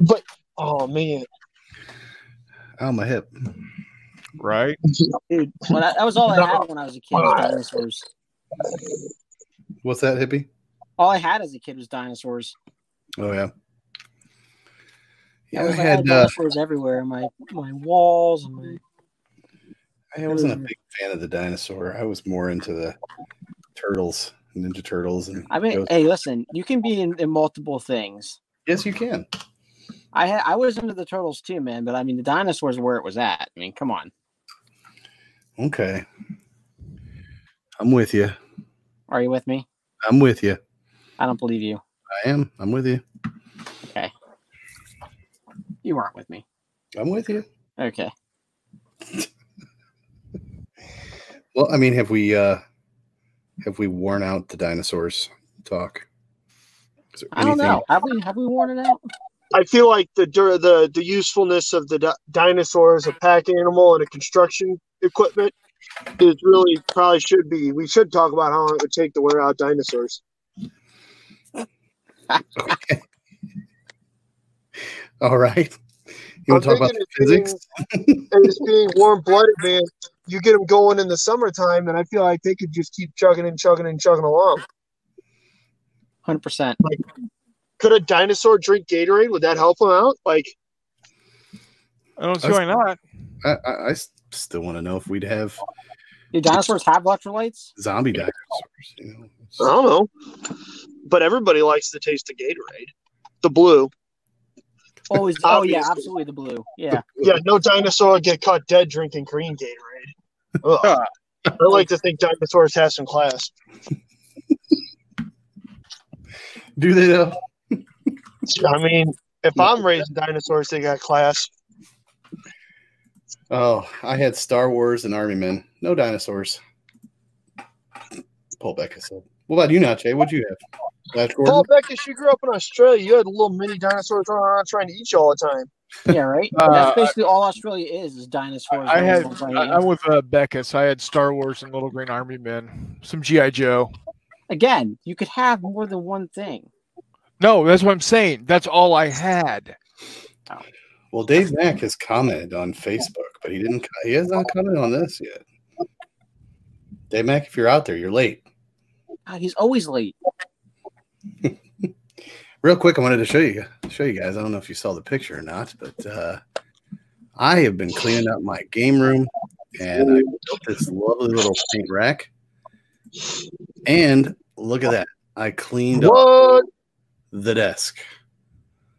Speaker 4: But oh man,
Speaker 1: Ow, my hip.
Speaker 3: Right?
Speaker 2: Dude, well, that, that was all I had when I was a kid was dinosaurs.
Speaker 1: What's that, hippie?
Speaker 2: All I had as a kid was dinosaurs.
Speaker 1: Oh yeah.
Speaker 2: I,
Speaker 1: Yeah, I
Speaker 2: was, I
Speaker 1: had.
Speaker 2: had
Speaker 1: Uh,
Speaker 2: dinosaurs everywhere on my my walls and my
Speaker 1: I wasn't a big fan of the dinosaur. I was more into the turtles, Ninja Turtles, and
Speaker 2: I mean,
Speaker 1: those-
Speaker 2: hey, listen, you can be in, in multiple things.
Speaker 1: yes, you can.
Speaker 2: I ha- I was into the turtles too, man, but I mean the dinosaurs were where it was at. I mean, come on.
Speaker 1: Okay, I'm with you.
Speaker 2: Are you with me?
Speaker 1: I'm with you.
Speaker 2: I don't believe you.
Speaker 1: I am. I'm with you.
Speaker 2: You weren't with me.
Speaker 1: I'm with you.
Speaker 2: Okay.
Speaker 1: Well, I mean, have we uh have we worn out the dinosaurs talk? Is there
Speaker 2: I don't
Speaker 1: anything-
Speaker 2: know. Have we have we worn it out?
Speaker 4: I feel like the dur- the the usefulness of the di- dinosaur as a pack animal and a construction equipment is really probably should be. We should talk about how long it would take to wear out dinosaurs.
Speaker 1: All right. You want to
Speaker 4: I'm
Speaker 1: talk about
Speaker 4: thinking
Speaker 1: the
Speaker 4: it's
Speaker 1: physics?
Speaker 4: and just being warm blooded, man, you get them going in the summertime, and I feel like they could just keep chugging and chugging and chugging along.
Speaker 2: Hundred percent.
Speaker 4: Could a dinosaur drink Gatorade? Would that help them out? Like,
Speaker 3: I don't see why not.
Speaker 1: I, I, I s- still want to know if we'd have
Speaker 2: Do dinosaurs have electrolytes?
Speaker 1: zombie dinosaurs. You know?
Speaker 4: I don't know. But everybody likes the taste of Gatorade. The blue.
Speaker 2: Oh, is, oh yeah,
Speaker 4: Obviously.
Speaker 2: absolutely the blue. Yeah.
Speaker 4: Yeah, no dinosaur would get caught dead drinking green Gatorade. Ugh. I like to think dinosaurs have some class.
Speaker 1: Do they though?
Speaker 4: I mean, if I'm raising dinosaurs, they got class.
Speaker 1: Oh, I had Star Wars and Army Men. No dinosaurs. Paul Becca said. What about you, Nache? What'd you have? Flash Gordon?
Speaker 4: Paul Beckett, you grew up in Australia. You had little mini dinosaurs running around trying to eat you all the time.
Speaker 2: Yeah, right?
Speaker 3: Uh,
Speaker 2: That's basically all Australia is, is dinosaurs.
Speaker 3: I had
Speaker 2: dinosaurs,
Speaker 3: I, I'm with uh, Becca, so I had Star Wars and Little Green Army Men, some GI Joe.
Speaker 2: Again, you could have more than one thing.
Speaker 3: No, that's what I'm saying. That's all I had.
Speaker 1: Well, Dave Mack has commented on Facebook, but he didn't. He has not commented on this yet. Dave Mack, if you're out there, you're late.
Speaker 2: God, he's always late.
Speaker 1: Real quick, I wanted to show you show you guys. I don't know if you saw the picture or not, but uh, I have been cleaning up my game room, and I built this lovely little paint rack. And look at that! I cleaned up
Speaker 4: What?
Speaker 1: the desk.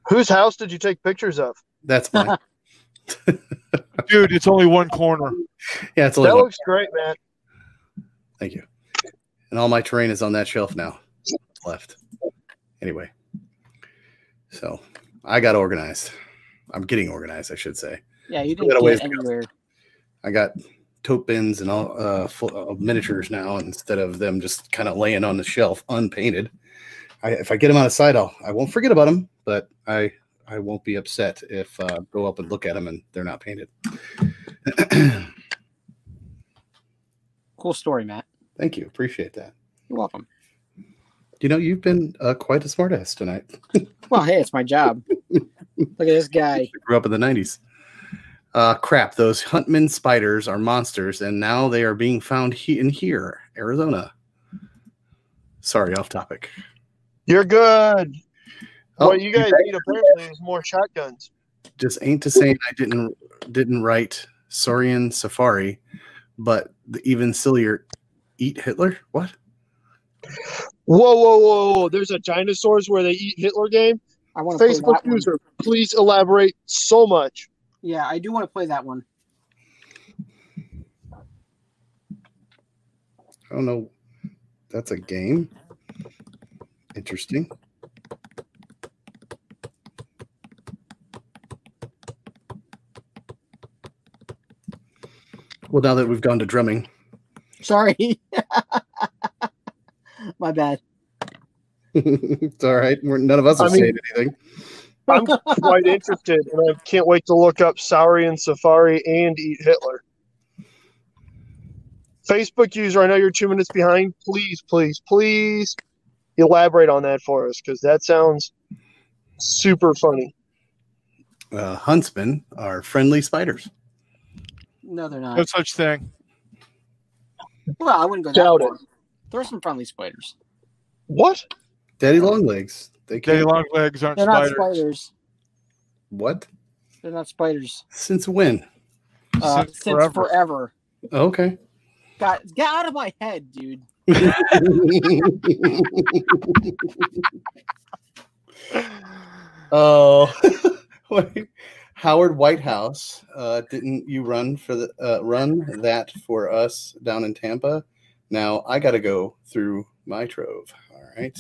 Speaker 4: Whose house did you take pictures of?
Speaker 1: That's mine.
Speaker 3: Dude, it's only one corner.
Speaker 1: yeah, it's a
Speaker 4: That
Speaker 1: little.
Speaker 4: looks great, man.
Speaker 1: Thank you. And all my terrain is on that shelf now. Left. Anyway. So I got organized. I'm getting organized, I should say.
Speaker 2: Yeah, you
Speaker 1: got a
Speaker 2: didn't
Speaker 1: ways
Speaker 2: get
Speaker 1: to go.
Speaker 2: anywhere.
Speaker 1: I got tote bins and all uh, full of miniatures now instead of them just kind of laying on the shelf unpainted. I, if I get them out of sight, I'll I won't forget about them, but I I won't be upset if uh, go up and look at them and they're not painted.
Speaker 2: Cool story, Matt.
Speaker 1: Thank you, appreciate that.
Speaker 2: You're welcome.
Speaker 1: You know, you've been uh, quite a smartass tonight.
Speaker 2: Well, hey, it's my job. Look at this guy.
Speaker 1: I grew up in the 90s. Uh, crap, those Huntman spiders are monsters, and now they are being found he- in here, Arizona. Sorry, off topic.
Speaker 4: You're good.
Speaker 1: Oh,
Speaker 4: what you guys
Speaker 1: back?
Speaker 4: need apparently is more shotguns.
Speaker 1: just ain't to saying I didn't didn't write Saurian Safari, but the even sillier, eat Hitler. What?
Speaker 4: Whoa, whoa, whoa, whoa. There's a dinosaurs where they eat Hitler game.
Speaker 2: I want to play
Speaker 4: Facebook
Speaker 2: that one.
Speaker 4: user, please elaborate so much.
Speaker 2: Yeah, I do want to play that one.
Speaker 1: I don't know. That's a game. Interesting. Well, now that we've gone to drumming,
Speaker 2: Sorry. my bad.
Speaker 1: it's all right. We're, none of us
Speaker 4: I
Speaker 1: have
Speaker 4: mean-
Speaker 1: saying anything.
Speaker 4: I'm quite interested, and I can't wait to look up Saurian Safari and Eat Hitler. Facebook user, I know you're two minutes behind. Please, please, please elaborate on that for us because that sounds super funny.
Speaker 1: Uh, huntsmen are friendly spiders.
Speaker 2: No, they're
Speaker 3: No
Speaker 2: not.
Speaker 3: such thing.
Speaker 2: Well, I wouldn't go
Speaker 4: Doubt
Speaker 2: that
Speaker 4: it.
Speaker 2: far. There are some friendly spiders.
Speaker 4: What?
Speaker 1: Daddy long legs. They
Speaker 3: Daddy
Speaker 1: can't.
Speaker 3: long legs aren't
Speaker 2: They're
Speaker 3: spiders.
Speaker 2: not spiders.
Speaker 1: What?
Speaker 2: They're not spiders.
Speaker 1: Since when?
Speaker 2: Uh,
Speaker 3: Since
Speaker 2: since,
Speaker 3: forever.
Speaker 2: forever.
Speaker 1: Okay.
Speaker 2: God, get out of my head, dude.
Speaker 1: oh, Wait. Howard Whitehouse, uh, didn't you run for the uh, run that for us down in Tampa? Now I got to go through my trove. All right,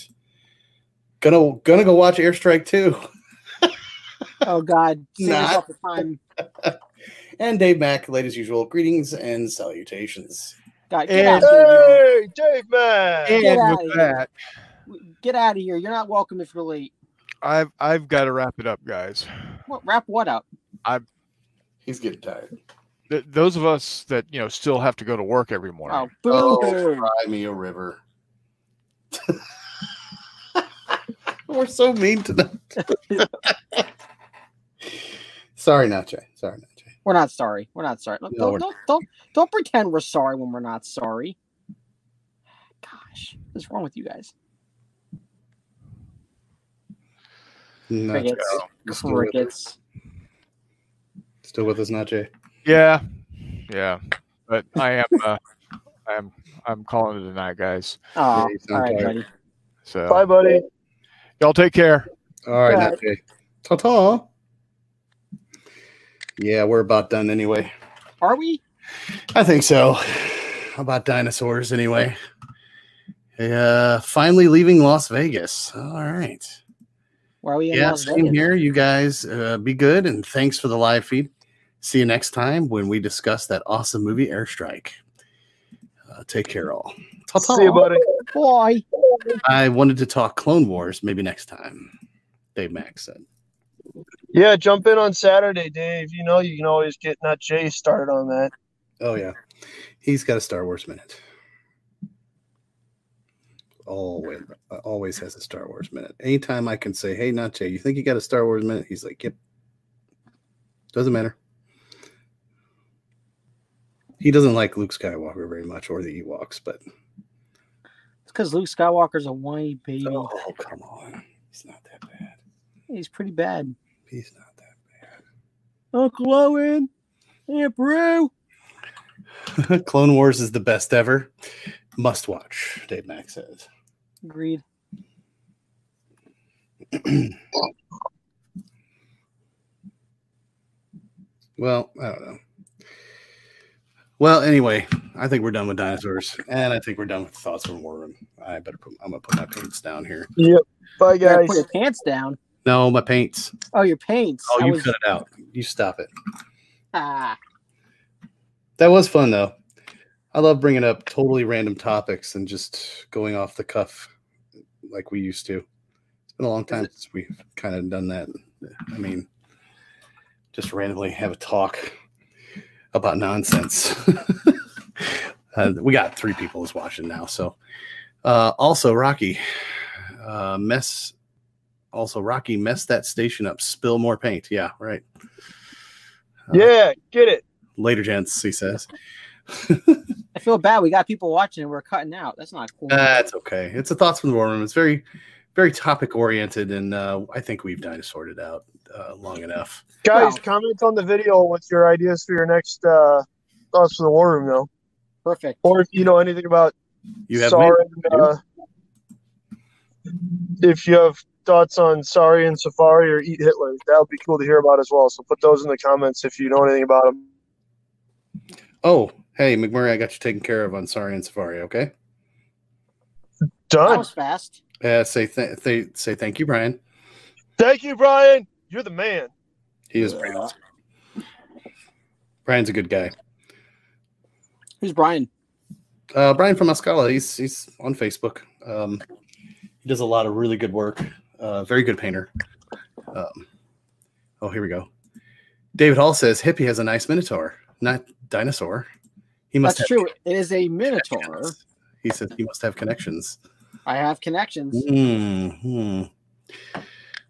Speaker 1: gonna gonna go watch Airstrike Two.
Speaker 2: Oh God, save us
Speaker 1: Not.
Speaker 2: all the time.
Speaker 1: And Dave Mack, late as usual, greetings and salutations.
Speaker 2: God, get out
Speaker 3: And-
Speaker 2: of here.
Speaker 4: Hey, Dave Man!
Speaker 3: And
Speaker 2: Get outta
Speaker 3: with
Speaker 2: here.
Speaker 3: that,
Speaker 2: dude. Get out of here. You're not welcome if you're late.
Speaker 3: I've I've got to wrap it up, guys.
Speaker 2: What, wrap what up?
Speaker 1: He's getting tired.
Speaker 3: Th- those of us that you know still have to go to work every morning.
Speaker 2: Oh, boo
Speaker 1: Oh,
Speaker 2: boo.
Speaker 1: cry me a river. We're so mean tonight. Sorry, Nacho. Sorry, Nacho.
Speaker 2: We're not sorry. We're not sorry. Look,
Speaker 1: No, we're
Speaker 2: don't, don't, don't, don't pretend we're sorry when we're not sorry. Gosh, what's wrong with you guys?
Speaker 1: Nacho.
Speaker 2: Crickets.
Speaker 1: Just go with it.
Speaker 2: Crickets.
Speaker 1: Still with us, not Jay.
Speaker 3: Yeah, yeah, but I am. Uh, I'm. I'm calling it a night, guys.
Speaker 1: Yeah,
Speaker 2: Oh,
Speaker 1: he's
Speaker 2: all
Speaker 1: not
Speaker 2: right,
Speaker 1: tired.
Speaker 2: buddy.
Speaker 3: So
Speaker 4: Bye, buddy.
Speaker 3: y'all take care.
Speaker 1: All right,
Speaker 2: Right.
Speaker 1: not Jay. Ta ta. Yeah, we're about done anyway.
Speaker 2: Are we?
Speaker 1: I think so. About dinosaurs, anyway. Uh, finally leaving Las Vegas. All right.
Speaker 2: Where are we in
Speaker 1: Yeah,
Speaker 2: Las
Speaker 1: same
Speaker 2: Vegas?
Speaker 1: here. You guys uh, be good, and thanks for the live feed. See you next time when we discuss that awesome movie Airstrike. Uh, take care, all. Ta-ta.
Speaker 4: See you, buddy.
Speaker 2: Boy.
Speaker 1: I wanted to talk Clone Wars. Maybe next time. Dave Max said.
Speaker 4: Yeah, jump in on Saturday, Dave. You know you can always get not Jay started on that.
Speaker 1: Oh yeah, he's got a Star Wars minute. Always, always has a Star Wars minute. Anytime I can say, "Hey, Nacho, you think you got a Star Wars minute?" He's like, "Yep." Doesn't matter. He doesn't like Luke Skywalker very much or the Ewoks, but
Speaker 2: It's because Luke Skywalker's a whiny baby.
Speaker 1: oh, come on, he's not that bad.
Speaker 2: He's pretty bad.
Speaker 1: He's not that
Speaker 2: Uncle Owen, Aunt Brew.
Speaker 1: bad. Clone Wars is the best ever. Must watch, Dave Max says.
Speaker 2: Agreed.
Speaker 1: Well, I don't know. Well, anyway, I think we're done with dinosaurs, and I think we're done with thoughts from War Room. I better put. I'm gonna put my paints down here.
Speaker 4: Yep. Bye,
Speaker 2: You gotta
Speaker 4: guys.
Speaker 2: put your pants down.
Speaker 1: No, my paints.
Speaker 2: Oh, your paints.
Speaker 1: Oh,
Speaker 2: I
Speaker 1: you
Speaker 2: was-
Speaker 1: cut it out. You stop it.
Speaker 2: ah,
Speaker 1: That was fun though. I love bringing up totally random topics and just going off the cuff like we used to. It's been a long time since we've kind of done that. I mean, just randomly have a talk about nonsense. uh, we got three people is watching now. So, uh, also Rocky, uh, mess. Also Rocky, mess that station up. Spill more paint. Yeah, right.
Speaker 4: Yeah, get it.
Speaker 1: Later, gents. He says.
Speaker 2: I feel bad. We got people watching and we're cutting out. That's not cool.
Speaker 1: That's okay. It's a thoughts from the war room. It's very, very topic oriented, and uh, I think we've dinosaured it out uh, long enough.
Speaker 4: Guys,
Speaker 2: Wow.
Speaker 4: comment on the video with your ideas for your next uh, thoughts from the war room, though,
Speaker 2: Perfect.
Speaker 4: or if you know anything about
Speaker 1: You have
Speaker 4: sorry.
Speaker 1: you?
Speaker 4: Uh, if you have thoughts on sorry and safari or eat Hitler, that would be cool to hear about as well. So put those in the comments if you know anything about them.
Speaker 1: oh, hey McMurray, I got you taken care of on Sorry and Safari. Okay,
Speaker 2: That
Speaker 4: Done.
Speaker 2: was fast.
Speaker 1: uh, say th- they say thank you, Brian.
Speaker 4: Thank you, Brian. You're the man.
Speaker 1: He is pretty
Speaker 2: Yeah.
Speaker 1: awesome. Brian's a good guy.
Speaker 2: Who's Brian?
Speaker 1: Uh, Brian from Mascala. He's he's on Facebook. Um, he does a lot of really good work. Uh, very good painter. Um, oh, here we go. David Hall says hippie has a nice minotaur, not dinosaur. He must
Speaker 2: That's
Speaker 1: have
Speaker 2: true. It is a Minotaur.
Speaker 1: connections. He says he must have connections.
Speaker 2: I have connections.
Speaker 1: Hmm.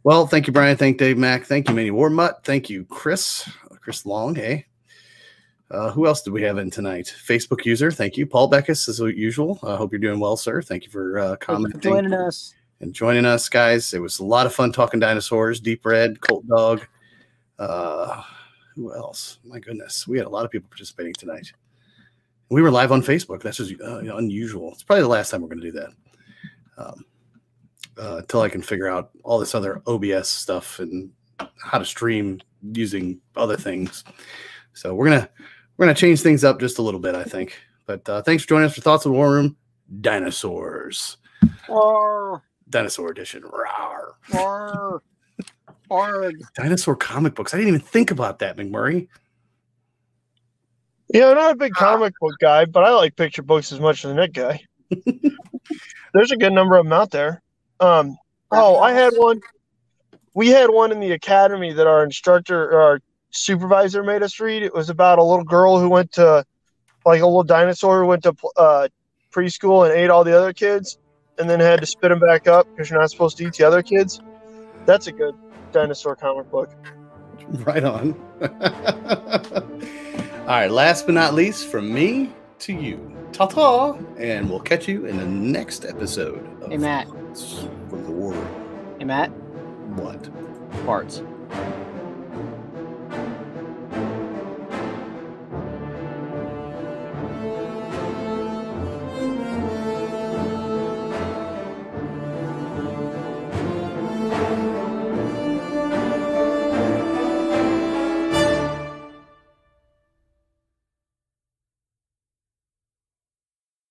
Speaker 1: Well, thank you, Brian. Thank Dave Mack. Thank you, Manny Warmut. Thank you, Chris. Chris Long. Hey. Uh, who else did we have in tonight? Facebook user. Thank you, Paul Beckus, as usual. I hope you're doing well, sir. Thank you for uh,
Speaker 2: Thank you for
Speaker 1: commenting
Speaker 2: joining us.
Speaker 1: and joining us, guys. It was a lot of fun talking dinosaurs, Deep Red, Colt Dog. Uh, who else? My goodness, we had a lot of people participating tonight. We were live on Facebook. That's just uh, unusual. It's probably the last time we're going to do that. Um, uh, till I can figure out all this other OBS stuff and how to stream using other things. So we're gonna we're gonna change things up just a little bit, I think. But uh, thanks for joining us for Thoughts of the War Room, dinosaurs,
Speaker 2: Or,
Speaker 1: dinosaur edition. Rawr.
Speaker 2: or, or.
Speaker 1: dinosaur comic books. I didn't even think about that, McMurray.
Speaker 4: You know, I'm not a big comic book guy, but I like picture books as much as the Nick guy. There's a good number of them out there. Um, oh, I had one. We had one in the academy that our instructor, or our supervisor, made us read. It was about a little girl who went to, like, a little dinosaur who went to uh, preschool and ate all the other kids, and then had to spit them back up because you're not supposed to eat the other kids. That's a good dinosaur comic book.
Speaker 1: Right on. All right, last but not least, from me to you. Ta ta, and we'll catch you in the next episode of
Speaker 2: Hey, Matt.
Speaker 1: Thoughts From the War Room.
Speaker 2: Hey, Matt.
Speaker 1: What?
Speaker 2: Farts.